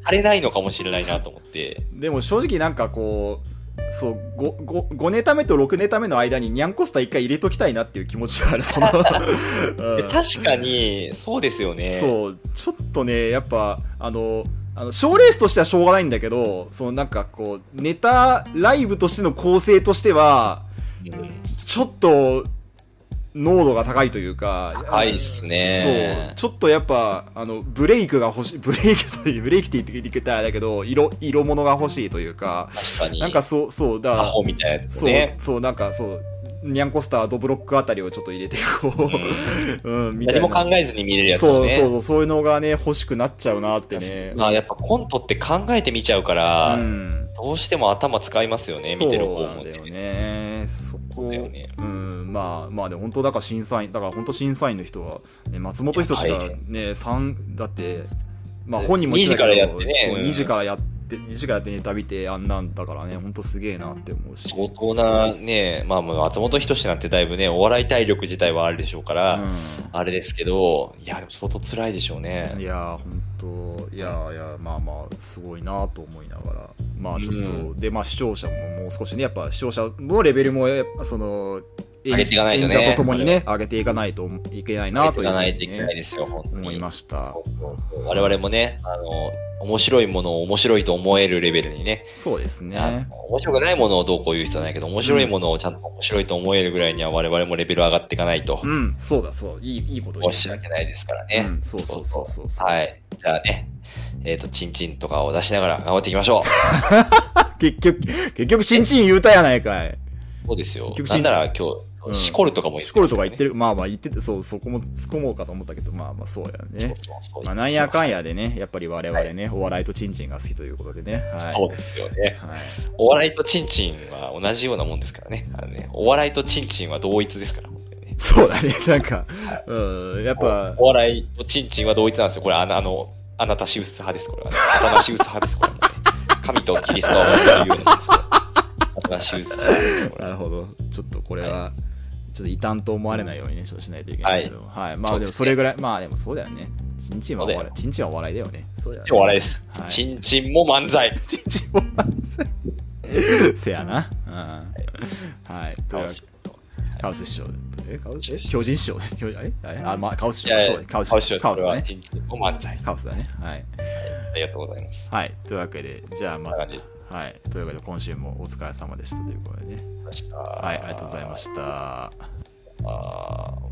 S2: されないのかもしれないなと思って
S1: でも正直なんかこうそう 5, 5, ネタ目と6ネタ目の間ににゃんこスター1回入れときたいなっていう気持ちがあるその、 うん
S2: 確かにそうですよね
S1: そうちょっとねやっぱあのあの賞ーレースとしてはしょうがないんだけどそのなんかこうネタライブとしての構成としては
S2: うん
S1: ちょっと濃度が高いというか
S2: 高いっすね
S1: そうちょっとやっぱあのブレイクが欲しいブレイクというブレイクって言って言ってたらあれだけど色色物が欲しいというか
S2: 確かに
S1: なんかそうそうだか
S2: ア
S1: ら
S2: ホみたいなやつ
S1: そう、
S2: ね
S1: そう、なんかそう、ニャンコスタードブロックあたりをちょっと入れて、こう、 うん、みた
S2: 何
S1: いな。
S2: も考えずに見れるやつ
S1: そ
S2: を
S1: う
S2: ね
S1: そうそう、そういうのがね、欲しくなっちゃうなってね。
S2: まあ、やっぱコントって考えて見ちゃうか
S1: う
S2: ら、
S1: ん、
S2: どうしても頭使いますよね見てる
S1: そう
S2: 方
S1: なん
S2: も
S1: だ
S2: ね
S1: よね。そこ
S2: だよね
S1: うん、まあ、まあでも本当だから審査員、だから本当審査員の人は、ね、松本人志
S2: いや
S1: が
S2: 大
S1: ね、三だって、まあ本人も言ってた
S2: 2時
S1: け
S2: か
S1: ど
S2: らやってね
S1: そう
S2: うん
S1: 2時からやって、2時からやってネタ見てあんなんだからね、本当すげえなって思うし。
S2: 相当なね、まあ、もう松本人志なんてだいぶね、お笑い体力自体はあるでしょうから、
S1: うん
S2: あれですけど、いや、でも相当辛いでしょう
S1: い
S2: ね。
S1: やー本当いやーいやーまあまあすごいなと思いながらまあちょっと、
S2: う
S1: でまあ視聴者ももう少しねやっぱ視聴者のレベルもやっぱその
S2: 上げていかないとね
S1: 演者とともにね上げていかないといけないな
S2: な
S1: と
S2: と
S1: い
S2: いうか
S1: ふう
S2: ないとい
S1: に
S2: けない
S1: ね
S2: ですよ、本当
S1: 思い
S2: に。
S1: ました
S2: 我々もね、あの、面白いものを面白いと思えるレベルにね、
S1: そうです
S2: あ
S1: ね
S2: の面白くないものをどうこう言う必要はないけど、面白いものをちゃんと面白いと思えるぐらいには我々もレベル上がっていかないと
S1: う、んそうだそういいいいこと言
S2: 申し訳ないですからね。
S1: うんそうそうそうそうそう
S2: はい。じゃあね、えっ、と、チンチンとかを出しながら頑張っていきまし ょう。
S1: 結局結局チンチン言うたやないかい
S2: そうですよ
S1: 結。局
S2: なんなら今
S1: うん
S2: 日、シコルとかも言って
S1: シコルとか言って
S2: る。
S1: るまあまあ言っててそうそこも突っ込もうかと思ったけどまあまあそうやね
S2: そうそうそう
S1: まあ、なんやかんやでね、やっぱり我々ね、お笑いとチンチンが好きということでね。はい。
S2: そうですよね。
S1: はい、
S2: お笑いとチンチンは同じようなもんですからね。あのねお笑いとチンチンは同一ですから、本当にね。
S1: そうだね、 なんか、うん、やっぱ
S2: お、笑いとチンチンは同一なんですよ。これ、あの、あのあなたシウス派です、これは、ね。アタナシウス派です、これは、ね。神とキリストを祭るよ うなんですよ。アタナシウス派です、これ
S1: な
S2: は。
S1: るほど、ちょっとこれは、ちょっと異端と思われないようにね、ちょっとしないといけないですけど、はい。まあでもそれぐらい、まあでもそうだよね。チンチンはお
S2: そう
S1: 笑い、
S2: だよ
S1: チンチンはお笑いだよね。そうだよね。
S2: お笑いです。
S1: はい
S2: チンチンも漫才。
S1: チンチンも笑い。せやな。うん。はい。というわけでカオス師匠。え、カオスえ巨人師匠。巨人あれあれあ、まあ、カオス師
S2: い
S1: 匠
S2: や。い
S1: そ
S2: や
S1: うだねカオス
S2: カウ
S1: 師
S2: シ
S1: 匠。カオス
S2: ですこれ
S1: だ
S2: は
S1: ね。
S2: チンチンも漫才。
S1: カオスだね。はい。
S2: ありがとうございます。
S1: はい。というわけで、じゃあま
S2: こんな
S1: た
S2: 感じで
S1: はい。というわけで、今週もお疲れ様でしたということでね。
S2: した。
S1: はい、ありがとうございました。
S2: あー